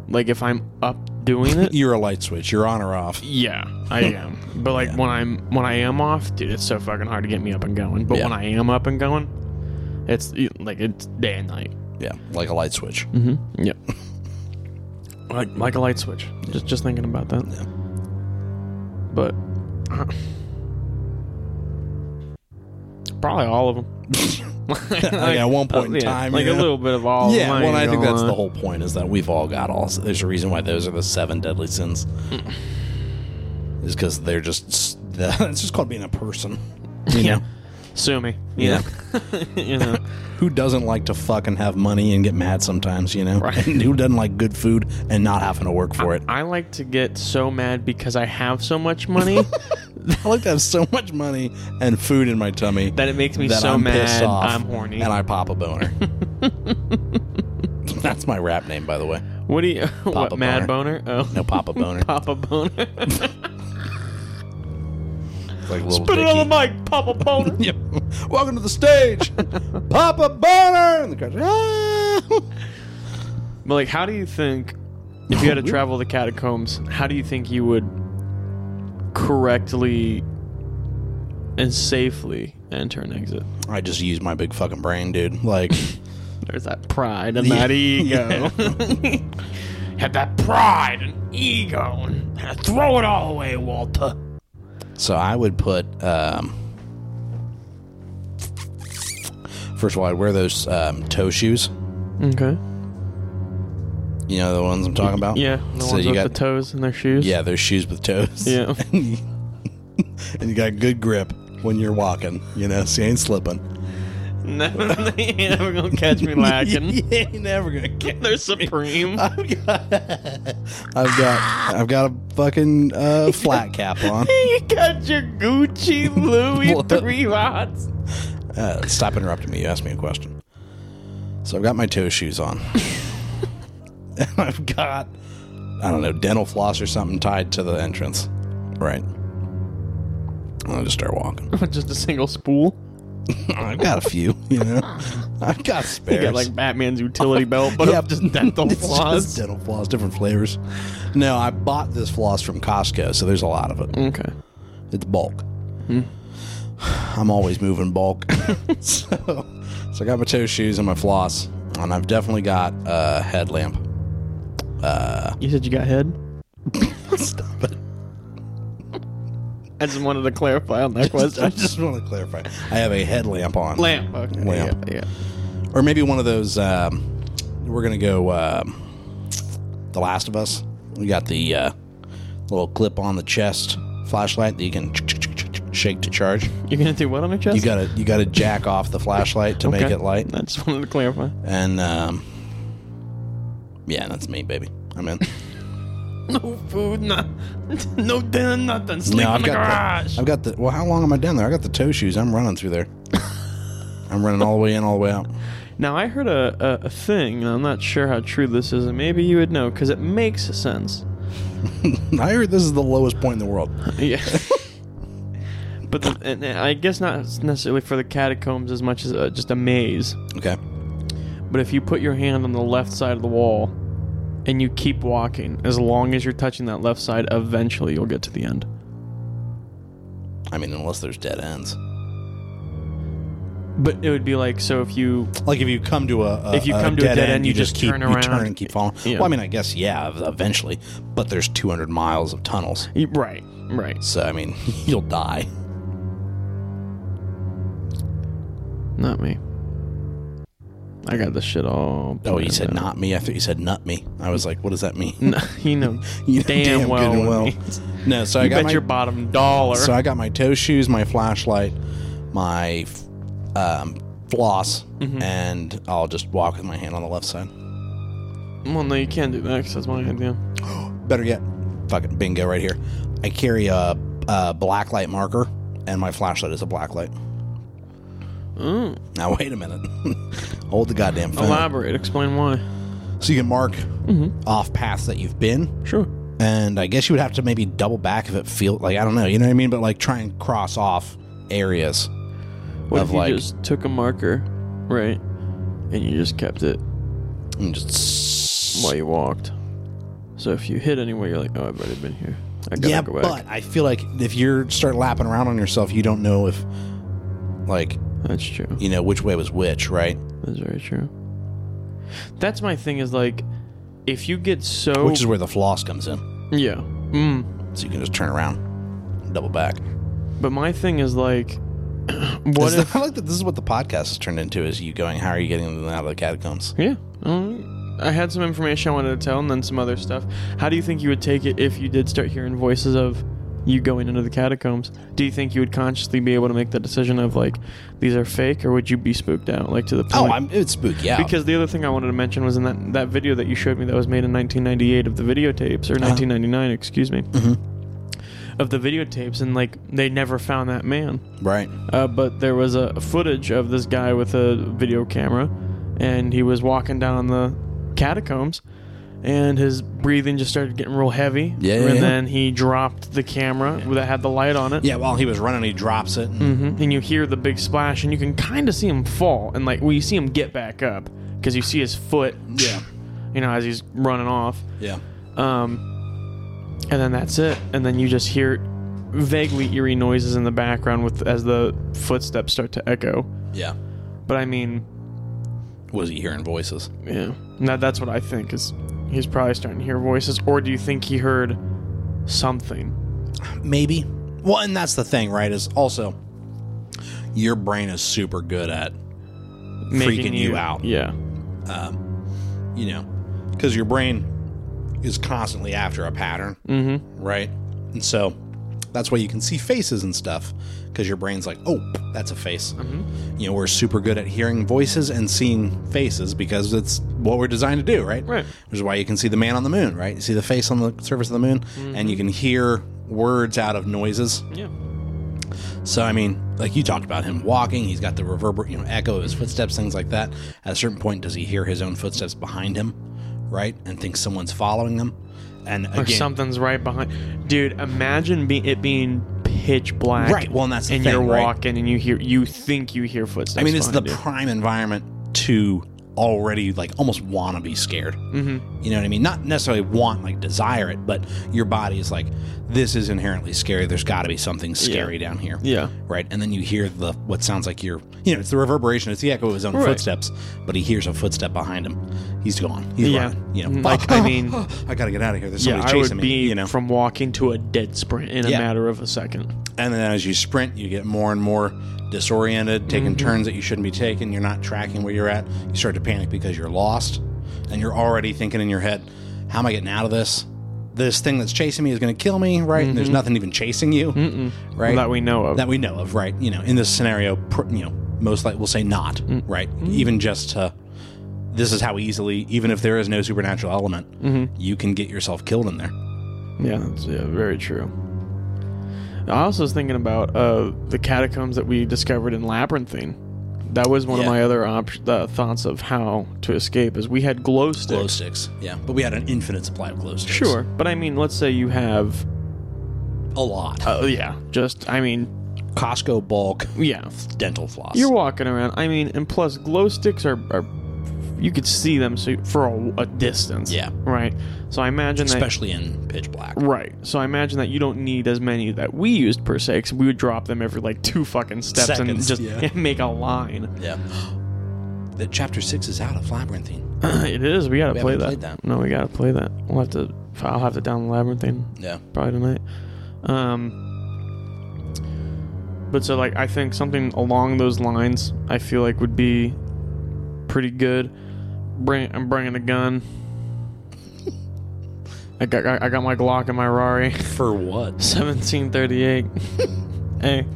Like if I'm up doing it, You're a light switch. You're on or off. yeah, I am. But like when I'm when I am off, dude, it's so fucking hard to get me up and going. But Yeah. when I am up and going, it's like it's day and night. Yeah, like a light switch. Mm-hmm. Yep. like like a light switch. Just just thinking about that. Yeah. But probably all of them. Like, at one point in time, like you a know? little bit of all. of yeah, mine uh, well, I think going that's on. the whole point is that we've all got all. There's a reason why those are the seven deadly sins. Mm. is because they're just s- the, it's just called being a person. You know Sue me. you Yeah. know? you know. who doesn't like to fucking have money and get mad sometimes. You know And who doesn't like good food and not having to work for it. I like to get so mad because I have so much money I like to have so much money and food in my tummy that it makes me that so I'm pissed mad off I'm horny. and I pop a boner. That's my rap name, by the way. what do you what Papa mad boner? Oh. No, pop a boner. Papa boner. like little Put it Dicky. on the mic, Papa boner. Yep. Welcome to the stage, Papa Boner. And the crowd's ah! But like, how do you think if you had to travel the catacombs, how do you think you would correctly and safely enter and exit? I just use my big fucking brain, dude. Like, There's that pride and Yeah. that ego. Have that pride and ego and, and throw it all away, Walter. so I would put. Um, first of all, I'd wear those um, toe shoes. Okay. You know the ones I'm talking about. Yeah. The So ones you with got the toes in their shoes. yeah, those shoes with toes. Yeah. and you got good grip when you're walking. You know, so you ain't slipping. never, you're never gonna catch me lacking. you ain't never gonna get. They're supreme. I've got, I've got, I've got a fucking uh, flat cap on. you got your Gucci Louis What? three lots. Uh, stop interrupting me. You asked me a question. So I've got my toe shoes on. and I've got, I don't know, dental floss or something tied to the entrance. Right. And I just start walking. Just a single spool. I've got a few, you know. I've got spares. You got like Batman's utility belt, but I'm just dental It's just floss. dental floss, different flavors. No, I bought this floss from Costco, so there's a lot of it. Okay. It's bulk. I'm always moving bulk. so, so I got my toe shoes and my floss, and I've definitely got a headlamp. You said you got head? Stop it. I just wanted to clarify on that I question. just want to clarify. I have a headlamp on. Lamp. Okay. Lamp. Yeah, yeah. Or maybe one of those. Um, we're going to go um, The Last of Us. We got the uh, little clip on the chest flashlight that you can shake to charge. You're gonna do what on your chest? You got to you got to jack off the flashlight to make Okay. it light. I just wanted to clarify. And um, yeah, that's me, baby. I'm in. No food, no, no dinner, nothing. Sleep No, in I've the got garage. the, I've got the. Well, how long am I down there? I got the toe shoes. I'm running through there. I'm running all the way in, all the way out. Now I heard a, a, a thing, and I'm not sure how true this is, and maybe you would know because it makes sense. I heard this is the lowest point in the world. Yeah. but the, and I guess not necessarily for the catacombs as much as uh, just a maze. Okay. But if you put your hand on the left side of the wall, and you keep walking, as long as you're touching that left side, eventually you'll get to the end. I mean, unless there's dead ends. But it would be like so if you Like if you come to a, a If you come to a dead end, you just keep turn you turn around. and keep following. Yeah. Well, I mean, I guess yeah, ev- eventually. But there's 200 miles of tunnels, right right so I mean, you'll die. Not me. I got this shit all. Oh, you said planned out. not me. I thought you said nut me. I was like, what does that mean? No, you know, You know damn, well. good and what it well. means. No, so I You got bet my your bottom dollar. So I got my toe shoes, my flashlight, my f- um, floss, and I'll just walk with my hand on the left side. well, no, you can't do that because that's my idea. Better yet, fucking bingo right here. I carry a, a black light marker, and my flashlight is a black light. Now wait a minute. Hold the goddamn phone. Elaborate. Explain why. So you can mark off paths that you've been, Sure. and I guess you would have to maybe double back if it feels like I don't know. You know what I mean? But like try and cross off areas. What Of if you like- just took a marker, right, and you just kept it And just while you walked? So if you hit anywhere, you're like, oh, I've already been here. I gotta Yeah, go back. but I feel like if you start lapping around on yourself, you don't know if, like, that's true. you know, which way was which, right? That's very true. That's my thing. Is like, if you get so Which is where the floss comes in. yeah. Mm. So you can just turn around, double back. But my thing is like, what What if? I like that this is what the podcast has turned into is you going, how are you getting in and out of the catacombs? yeah, um, I had some information I wanted to tell, and then some other stuff. How do you think you would take it if you did start hearing voices of you going into the catacombs? Do you think you would consciously be able to make that decision of like these are fake, or would you be spooked out like to the point? Oh, I'm, it's spooky out. because the other thing I wanted to mention was in that, that video that you showed me that was made in 1998 of the videotapes, Uh-huh. or 1999, excuse me, Mm-hmm. of the videotapes, and like they never found that man. right. uh, but there was a footage of this guy with a video camera, and he was walking down the catacombs, and his breathing just started getting real heavy. Yeah, yeah, and yeah. then he dropped the camera that had the light on it. Yeah, while he was running, he drops it. And hmm And you hear the big splash, and you can kind of see him fall, and like, well, you see him get back up because you see his foot. Yeah. You know, as he's running off. Yeah. Um, and then that's it. And then you just hear vaguely eerie noises in the background with as the footsteps start to echo. Yeah. But I mean, Was he hearing voices? yeah. Now that's what I think is he's probably starting to hear voices. Or do you think he heard something? Maybe. Well, and that's the thing, right? Is also your brain is super good at, making Freaking you out. Yeah. you know, because your brain is constantly after a pattern. Mm-hmm. right? And so that's why you can see faces and stuff because your brain's like, oh, that's a face. Mm-hmm. You know, we're super good at hearing voices and seeing faces because it's what we're designed to do, right? Right. Which is why you can see the man on the moon, right? You see the face on the surface of the moon Mm-hmm. and you can hear words out of noises. Yeah. So, I mean, like you talked about him walking, he's got the reverber, you know, echo of his footsteps, things like that. At a certain point, does he hear his own footsteps behind him, right? And thinks someone's following them. And again, Or something's right behind. Dude, imagine be- it being pitch black. Right, well, and that's the and thing, you're right? walking and you hear you think you hear footsteps. I mean, it's the behind you. prime environment to already like almost want to be scared. Mm-hmm. You know what I mean? Not necessarily want, like desire it, but your body is like, this is inherently scary. There's got to be something scary down here. Yeah. Right. And then you hear the what sounds like your, you know, it's the reverberation. It's the echo of his own Right. footsteps, but he hears a footstep behind him. He's gone. He's Yeah. running. You know, Like, I mean- I got to get out of here. There's Yeah, somebody I chasing would me. be you know, from walking to a dead sprint in Yeah. a matter of a second. and then as you sprint, you get more and more disoriented, taking Mm-hmm. turns that you shouldn't be taking. You're not tracking where you're at. You start to panic because you're lost, and you're already thinking in your head, "How am I getting out of this? This thing that's chasing me is going to kill me, right? And there's Mm-hmm. nothing even chasing you, right? That we know of. that we know of, right? You know, in this scenario, pr- you know, most like we'll say not, Mm. right? Mm-hmm. Even just uh, this is how easily, even if there is no supernatural element, you can get yourself killed in there. Mm-hmm. Yeah, that's yeah, very true. I also was thinking about uh, the catacombs that we discovered in Labyrinthine. That was one Yeah. of my other op- uh, thoughts of how to escape. Is we had glow sticks. Glow sticks, yeah, but we had an infinite supply of glow sticks. Sure, but I mean, let's say you have. a lot. Oh yeah, just I mean, Costco bulk yeah. dental floss. You're walking around. I mean, and plus glow sticks are, are you could see them so for a, a distance. Yeah. Right. So I imagine that especially in pitch black. Right. So I imagine that you don't need as many that we used per se, because we would drop them every like two fucking steps and Seconds, just yeah. make a line. Yeah. That chapter six is out of labyrinthine. it is. We gotta We play haven't that. played that. No, we gotta play that. We'll have to. I'll have to down the labyrinth thing Yeah. probably tonight. Um. But so like I think something along those lines I feel like would be pretty good. Bring I'm bringing a gun. I got I got my Glock and my Rari. For what? 1738. hey.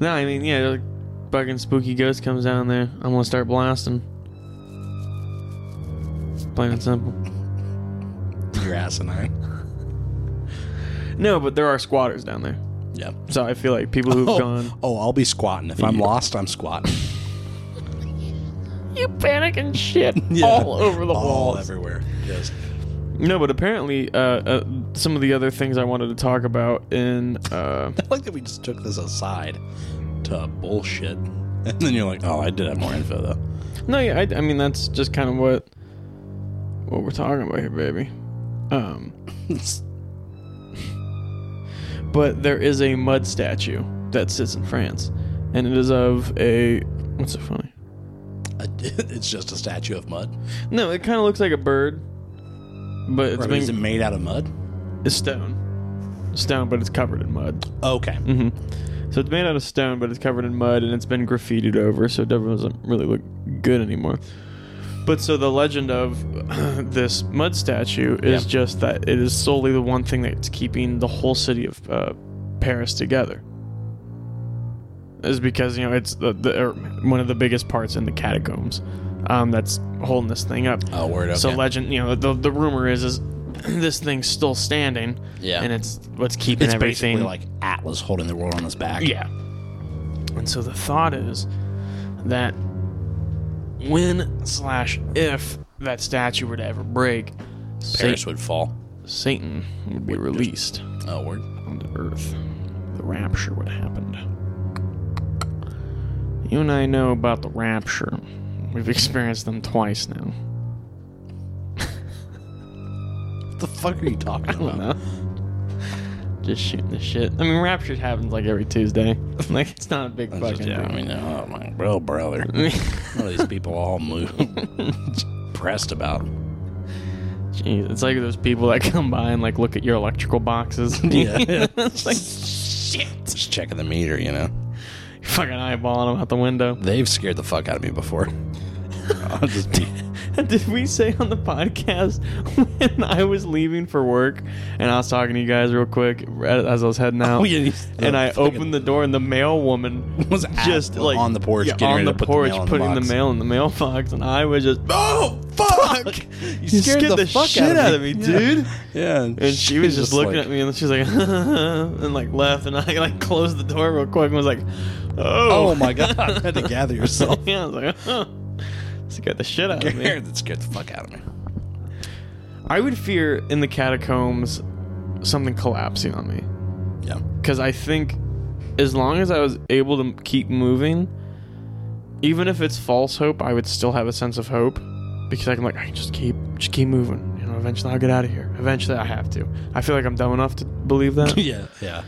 No, I mean, yeah, like, fucking spooky ghost comes down there. I'm gonna start blasting. Plain and simple. Your ass and I. No, but there are squatters down there. Yeah. So I feel like people who've gone. oh, I'll be squatting. If I'm Yeah. lost, I'm squatting. You panicking shit Yeah. all over the All walls. everywhere. Yes. Oh. No, but apparently, uh, uh, some of the other things I wanted to talk about in. Uh, I like that we just took this aside to bullshit. And then you're like, oh, I did have more info though. No, yeah, I, I mean that's just kind of what what we're talking about here, baby. Um, but there is a mud statue that sits in France, and it is of a what's so funny? I did- It's just a statue of mud. No, it kind of looks like a bird, but it's Right, been is it made out of mud? it's stone, stone, but it's covered in mud. Okay. Mm-hmm. So it's made out of stone, but it's covered in mud and it's been graffitied over, so it doesn't really look good anymore. But so the legend of this mud statue is Yeah. just that it is solely the one thing that's keeping the whole city of uh, Paris together. Is because you know it's the, the or one of the biggest parts in the catacombs um, that's holding this thing up. Oh, word. Okay. So legend, you know, the, the rumor is is this thing's still standing, Yeah. and it's what's keeping it's everything basically like Atlas holding the world on his back. yeah. And so the thought is that when slash if that statue were to ever break, Sa- Paris would fall. Satan would be released Oh, word. onto Earth. The rapture would happen. You and I know about the rapture. We've experienced them twice now. What the fuck are you talking I don't about? know. Just shooting the shit. I mean, rapture happens like every Tuesday. Like it's not a big That's fucking just- yeah, I thing. mean, oh my real brother. All these people all move pressed about. him. Jeez, it's like those people that come by and like look at your electrical boxes. Yeah. it's like shit. Just checking the meter, you know. You're fucking eyeballing them out the window. They've scared the fuck out of me before. I'll just be- Did we say on the podcast when I was leaving for work and I was talking to you guys real quick as I was heading out? Oh, yeah, And I the fucking- opened the door and the mail woman Was just at- like on the porch, yeah, getting on ready the to put the porch, mail in the putting box. the mail in the mailbox, and I was just oh fuck! You you scared, the, shit out of me, dude. Yeah, And she was just looking at me, and she was like, and like left, and I like closed the door real quick and was like, oh, Oh my god! I had to gather yourself. yeah, I was like, huh. scared the shit out of me. that scared the fuck out of me. I would fear in the catacombs something collapsing on me Yeah, because I think as long as I was able to keep moving, even if it's false hope, I would still have a sense of hope. because I'm like I can just keep just keep moving. You know, eventually I'll get out of here. Eventually I have to. I feel like I'm dumb enough to believe that. Yeah, yeah.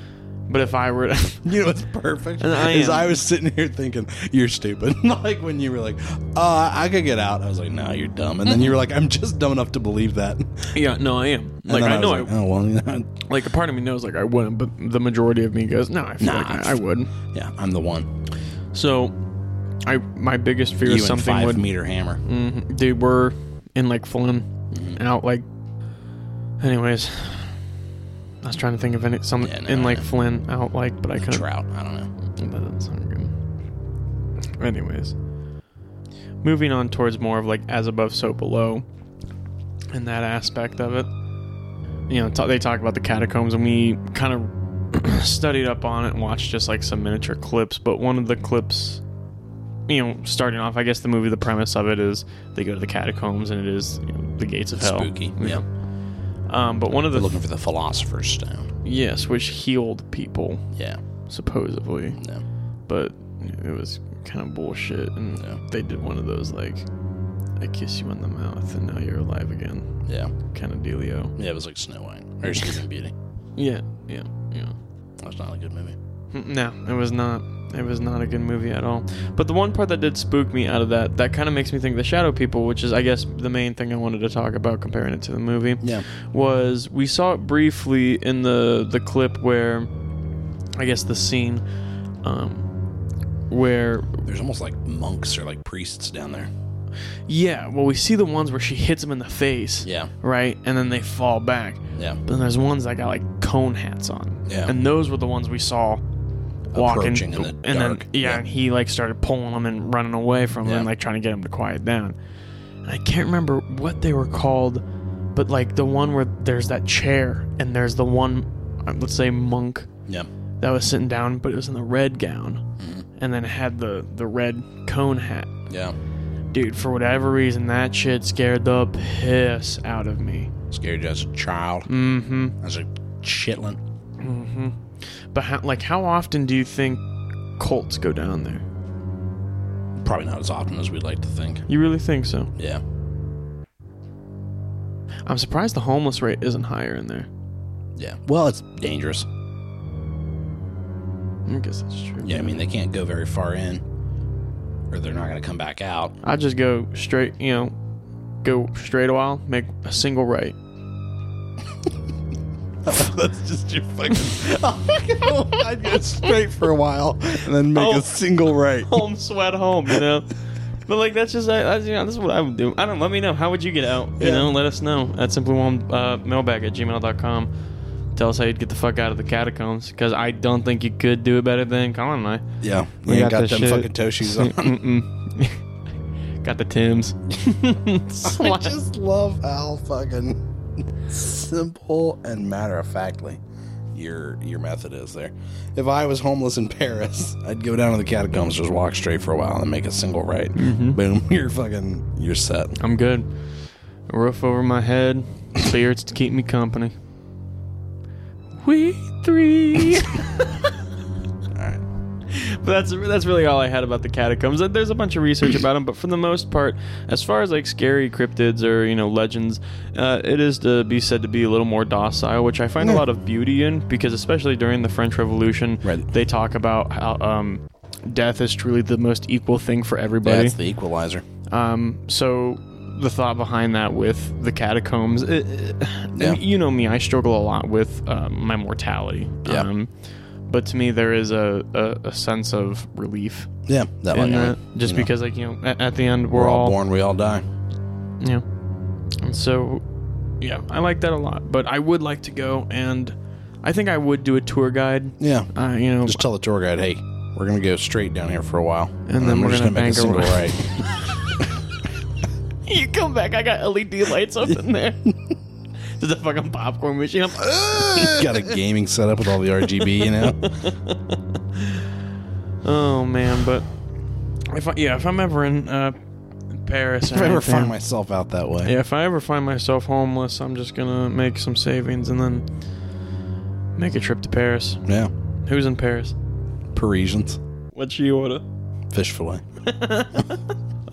but if I were to, You know what's perfect? And I is am. I was sitting here thinking, you're stupid. like when you were like, uh, I could get out. I was like, no, you're dumb. And then you were like, I'm just dumb enough to believe that. And yeah, no, I am. Like then I, know, was I, like, oh, well, like a part of me knows like I wouldn't, but the majority of me goes, no, I feel Nah, like I, it's- I would. yeah, I'm the one. So, I my biggest fear You is and something five would meter hammer. Mhm. They were in like Flynn, Mm-hmm. out like. Anyways, I was trying to think of any some Yeah, no, in like I- Flynn out like, but I couldn't. Trout. I don't know. That doesn't sound good. Anyways, moving on towards more of like as above, so below, and that aspect of it. You know, t- they talk about the catacombs, and we kind of studied up on it and watched just like some miniature clips. But one of the clips, you know, starting off, I guess the movie, the premise of it is they go to the catacombs, and it is you know, the gates of hell. Spooky. Yeah. Um, but one of the They're looking for the philosopher's stone. yes, which healed people Yeah. supposedly. No. but it was kind of bullshit. And Yeah. they did one of those like, I kiss you on the mouth and now you're alive again, Yeah. kind of dealio. Yeah, it was like Snow White or Sleeping Beauty. Yeah, yeah, yeah. That's not a good movie. Mm, No, it was not. It was not a good movie at all. But the one part that did spook me out of that, that kind of makes me think the Shadow People, which is I guess the main thing I wanted to talk about comparing it to the movie. Yeah. was we saw it briefly in the the clip where I guess the scene um where There's almost like monks or like priests down there. yeah, well we see the ones where she hits him in the face, Yeah. right? And then they fall back. Yeah. But then there's ones that got like cone hats on. Yeah. And those were the ones we saw walking Approaching in the and dark. then yeah, Yeah. and he like started pulling them and running away from them Yeah. like trying to get him to quiet down. And I can't remember what they were called, but like the one where there's that chair and there's the one uh, let's say monk Yeah. that was sitting down but it was in the red gown Mm-hmm. and then it had the the red cone hat. Yeah. Dude, for whatever reason that shit scared the piss out of me. Scared you as a child. Mhm. As a chitlin. hmm But how, like, how often do you think cults go down there? Probably not as often as we'd like to think. You really think so? Yeah. I'm surprised the homeless rate isn't higher in there. Yeah. Well, it's dangerous. I guess that's true. Yeah, I mean they can't go very far in, or they're not going to come back out. I just go straight, you know, go straight a while, make a single right. That's just your fucking. I'd go straight for a while and then make Oh. single right. Home sweat home, you know. but like that's just I, that's, you know, that's what I would do. I don't. Let me know. How would you get out? You Yeah. know, let us know at simplyone uh, mailbag at gmail.com. Tell us how you'd get the fuck out of the catacombs because I don't think you could do it better than Colin and I. Yeah, We we ain't got got, the them shit. fucking toe shoes on. Mm-mm. Got the Tims. I just love how fucking simple and matter of factly your your method is there. If I was homeless in Paris, I'd go down to the catacombs, just walk straight for a while, and make a single right. Mm-hmm. Boom, you're fucking you're set. I'm good. A roof over my head, spirits to keep me company. We three. All right. but that's that's really all I had about the catacombs. Uh, There's a bunch of research about them, but for the most part, as far as like scary cryptids or you know legends, uh, it is to be said to be a little more docile, which I find a lot of beauty in because especially during the French Revolution, Right. they talk about how um, death is truly the most equal thing for everybody. That's the equalizer. Um, so the thought behind that with the catacombs, it, it- Yeah. you know me, I struggle a lot with um, my mortality. Yeah. Um, but to me, there is a, a, a sense of relief Yeah, that in one. that, just you know. because, like you know, at, at the end we're, We're all born, we all die. yeah. And so, yeah, I like that a lot. But I would like to go, and I think I would do a tour guide. Yeah. Uh, you know, Just tell the tour guide, hey, we're gonna go straight down here for a while, and, then we're just gonna make a bank single a right. you come back. I got LED lights up in there. There's a fucking popcorn machine. I'm- Got a gaming setup with all the RGB, you know. Oh man, but if I, yeah, if I'm ever in uh, Paris, or if I ever anything- find myself out that way, yeah, if I ever find myself homeless, I'm just gonna make some savings and then make a trip to Paris. yeah. Who's in Paris? Parisians, What you order? fish fillet.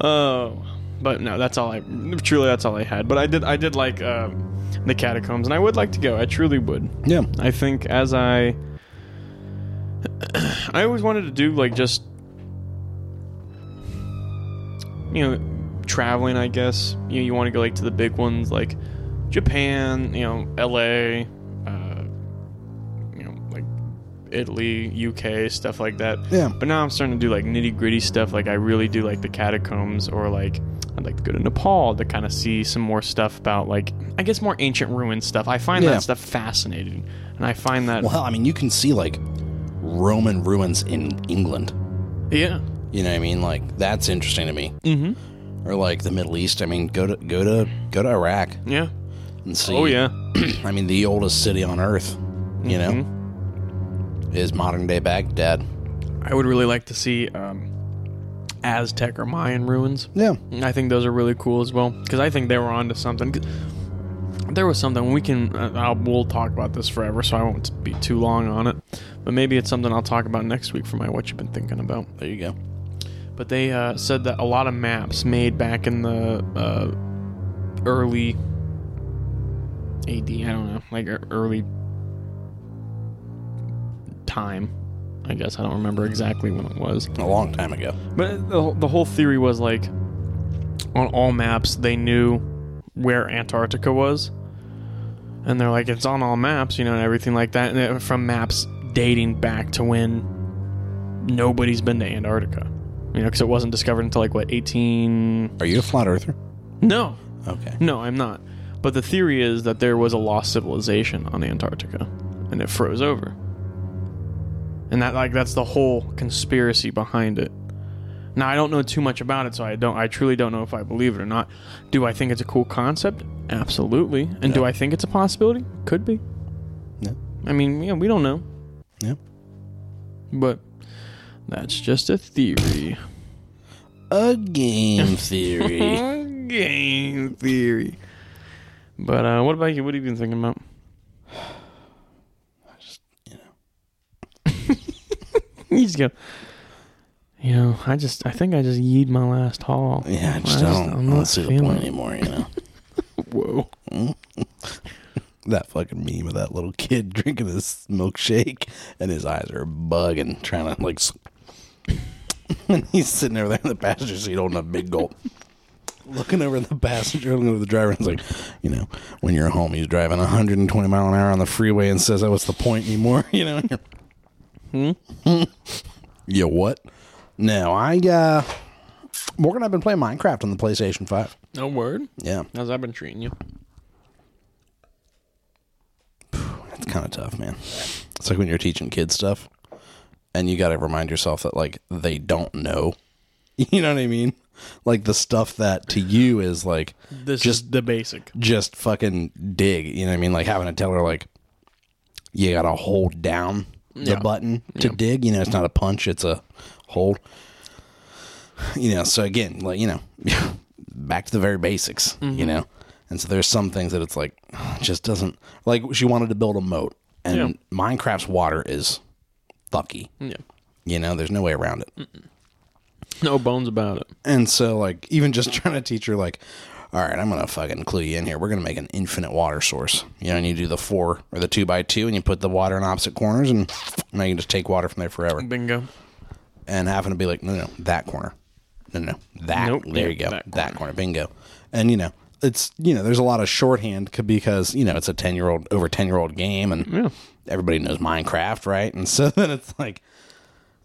Oh, But no, that's all I truly that's all I had. But I did I did like um, the catacombs, and I would like to go. I truly would. Yeah. I think as I I always wanted to do like just you know traveling I guess you you want to go like to the big ones like Japan you know LA uh, you know like Italy UK stuff like that Yeah. but now I'm starting to do like nitty gritty stuff like I really do like the catacombs or like I'd like to go to Nepal to kind of see some more stuff about like I guess more ancient ruin stuff I find Yeah. that stuff fascinating and I find that Well, hell, I mean, you can see like Roman ruins in England. yeah You know what I mean? Like that's interesting to me. mm-hmm Or like the Middle East. I mean, go to go to go to Iraq Yeah. and see. Oh yeah. I mean, the oldest city on Earth. You Mm-hmm. know, is modern day Baghdad. I would really like to see um, Aztec or Mayan ruins. Yeah. I think those are really cool as well because I think they were onto something. 'Cause There was something we can. Uh, I'll, we'll talk about this forever, so I won't be too long on it. But maybe it's something I'll talk about next week for my what you've been thinking about. There you go. But they uh, said that a lot of maps made back in the uh, early AD, I don't know, like e- early time. I guess I don't remember exactly when it was. A long time ago. But the, the whole theory was like on all maps, they knew where Antarctica was. And they're like, it's on all maps, you know, and everything like that. And they're from maps dating back to when nobody's been to Antarctica. You know, because it wasn't discovered until like what, 18. Are you a flat earther? No, Okay. no, I'm not. But the theory is that there was a lost civilization on Antarctica and it froze over. And that like that's the whole conspiracy behind it. Now I don't know too much about it, so I don't I truly don't know if I believe it or not. Do I think it's a cool concept? Absolutely. And do I think it's a possibility? Could be. No. I mean, yeah, we don't know. No. But that's just a theory. A game theory. Game theory. But uh, what about you? What have you been thinking about? I just, you know. you just go. You know, I just, I think I just yeed my last haul. yeah, I just I just- don't, I'm I don't not see the feeling point it. anymore. You know Whoa. that fucking meme of that little kid drinking his milkshake and his eyes are bugging, trying to like. s- and he's sitting over there in the passenger seat holding a big gulp. Looking over the passenger, looking over the driver, and it's like, you know, when you're home, he's driving 120 mile an hour on the freeway and says, "Oh, what's the point anymore?" You know, and you're, you what? No, I uh, Morgan, I've been playing Minecraft on the PlayStation 5. No word. Yeah, How's that been treating you? It's kind of tough, man. It's like when you're teaching kids stuff and you got to remind yourself that, like, they don't know. You know what I mean? Like, the stuff that to you is like This Just- is the basic. just fucking dig. You know what I mean? Like, having to tell her, like, you got to hold down the Yeah. button to dig. You know, it's not a punch, it's a hold. You know, so again, like, you know, back to the very basics, Mm-hmm. you know? And so there's some things that it's like, just doesn't, like, she wanted to build a moat, and Yeah. Minecraft's water is fucky. Yeah. You know, there's no way around it. No bones about it. And so, like, even just trying to teach her, like, all right, I'm gonna fucking clue you in here. We're gonna make an infinite water source. You know, and you do the four or the two by two, and you put the water in opposite corners, and now you can just take water from there forever. Bingo. And having to be like, no, no, no, that corner, no, no, no, that. Nope. There you Yeah, go, that that corner. bingo. And you know, it's you know, there's a lot of shorthand c- because you know it's a ten year old over ten year old game, and everybody knows Minecraft, right? And so then it's like,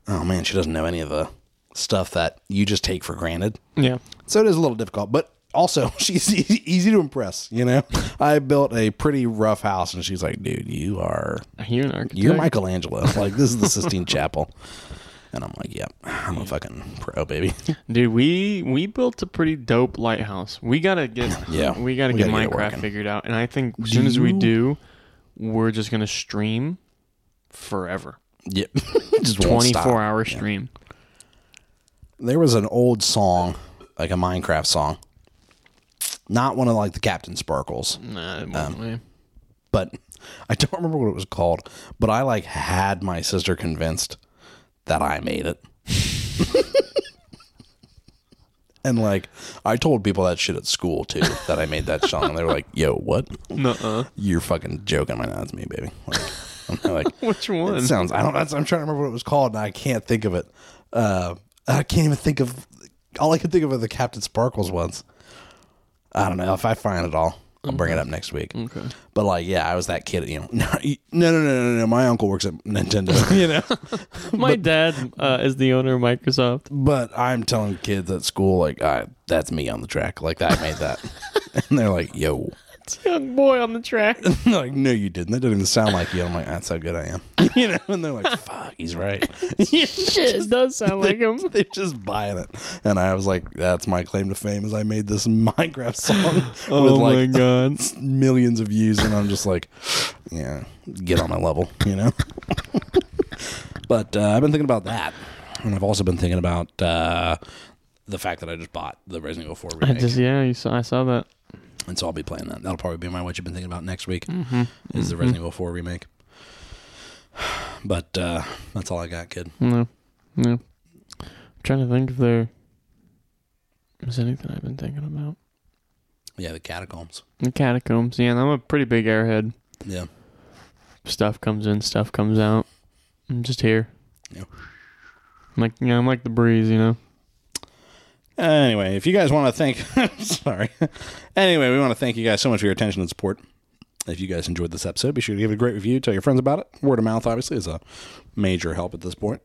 oh man, she doesn't know any of the stuff that you just take for granted. Yeah. So it is a little difficult, but also she's easy, easy to impress. You know, I built a pretty rough house, and she's like, "Dude, you are You're an architect. you're Michelangelo. Like this is the Sistine Chapel," and I'm like, "Yep, I'm a fucking pro, baby." Dude, we we built a pretty dope lighthouse. We gotta get Yeah. We we gotta get gotta get it Minecraft working. figured out. And I think as soon as we do, we're just gonna stream forever. yep, just won't Twenty stop. four hour stream. There was an old song, like a Minecraft song, not one of like the Captain Sparkles. Nah, it wasn't Um, me. but I don't remember what it was called. But I like had my sister convinced that I made it. And like, I told people that shit at school too that I made that song, and they were like, "Yo, what? Nuh-uh. You're fucking joking." I'm like, "No, it's me, baby." Like, I'm like, Which one? It sounds. I don't. That's, I'm trying to remember what it was called, and I can't think of it. Uh, I can't even think of. All I can think of are the Captain Sparkles ones. I don't know if I find it all. I'll bring it up next week. Okay. But like, yeah, I was that kid. You know, no, you- no, no, no, no, no. My uncle works at Nintendo. You know. My dad uh, is the owner of Microsoft. But I'm telling kids at school, like, I that's me on the track. Like, I made that. and they're like, yo. It's a young boy on the track. And they're like, no, you didn't. That doesn't even sound like you. I'm like, that's how good I am. You know? And they're like, fuck, he's right. Shit, it does sound like him. they're just buying it. And I was like, that's my claim to fame is I made this Minecraft song Oh with like god. millions of views. And I'm just like, yeah, get on my level, you know? but uh, I've been thinking about that. And I've also been thinking about uh, the fact that I just bought the Resident Evil 4 I remake. just yeah, you saw I saw that. And so I'll be playing that. That'll probably be my what you've been thinking about next week Mm-hmm. is the Resident Evil 4 remake. But uh, that's all I got, kid. No, no. I'm trying to think if there is anything I've been thinking about. Yeah, the catacombs. The catacombs. Yeah, and I'm a pretty big airhead. Yeah. Stuff comes in, stuff comes out. I'm just here. Yeah. I'm like yeah, I'm like the breeze, you know. Anyway, if you guys want to thank, sorry. Anyway, we want to thank you guys so much for your attention and support. If you guys enjoyed this episode, be sure to give it a great review. Tell your friends about it. Word of mouth, obviously, is a major help at this point.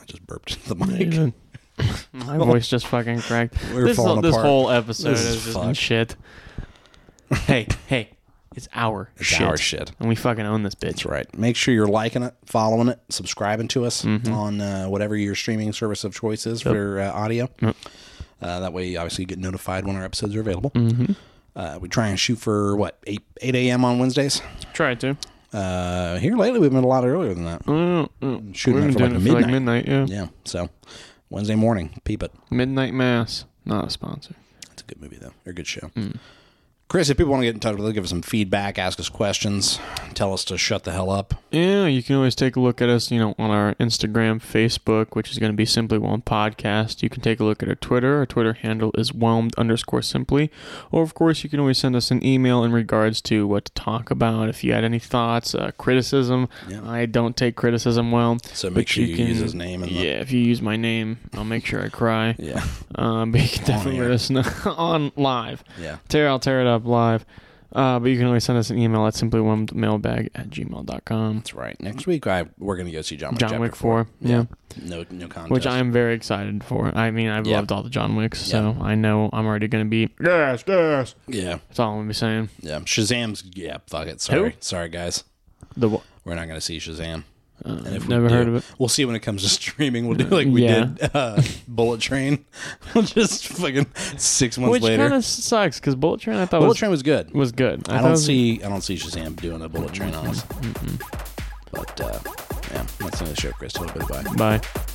I just burped into the mic. Even- My voice just fucking cracked. We're this, falling whole, this apart. whole episode This is is just fucked. shit. hey, hey, it's our It's shit. our shit. And we fucking own this bitch. That's right. Make sure you're liking it, following it, subscribing to us Mm-hmm. on uh, whatever your streaming service of choice is for uh, audio. Uh, that way, obviously, you get notified when our episodes are available. Mm-hmm. Uh, we try and shoot for what eight eight a.m. on Wednesdays. Try it too. Uh, here lately, we've been a lot earlier than that. Mm, mm. Shooting We've that been for like doing it for like midnight. midnight, yeah. Yeah, so Wednesday morning, peep it. Midnight Mass. Not a sponsor. It's a good movie though, or a good show. Chris, if people want to get in touch with us, give us some feedback, ask us questions, tell us to shut the hell up. Yeah, you can always take a look at us, you know, on our Instagram, Facebook, which is going to be Simply Whelmed Podcast. You can take a look at our Twitter. Our Twitter handle is whelmed underscore simply. Or, of course, you can always send us an email in regards to what to talk about. If you had any thoughts, uh, criticism, Yeah. I don't take criticism well. So but make sure you use his name and the- yeah, if you use my name, I'll make sure I cry. Yeah, Um, but you can definitely air. let us know on live. yeah. Tear, I'll tear it up live. Uh, but you can always send us an email at simplywhelmedmailbag at gmail.com. That's right. Next week, I we're gonna go see John. Wick John Chapter Wick 4. Yeah. No, no contest. Which I am very excited for. I mean, I've Yeah. loved all the John Wicks, so I know I'm already going to be. Yes, yes. Yeah, That's all I'm going to be saying. yeah. Shazam's. Yeah, fuck it. Sorry, sorry, guys. The wha- We're not gonna see Shazam. And if we Uh, never do, heard of it. We'll see when it comes to streaming. We'll do like we Yeah. did uh, Bullet Train. We'll just fucking six months Which later. kind of sucks because Bullet Train I thought Bullet was, Train was good. was good. I thought it don't was- see I don't see Shazam doing a Bullet Train on us. But uh, yeah, that's another show, Chris. Bye bye. Bye.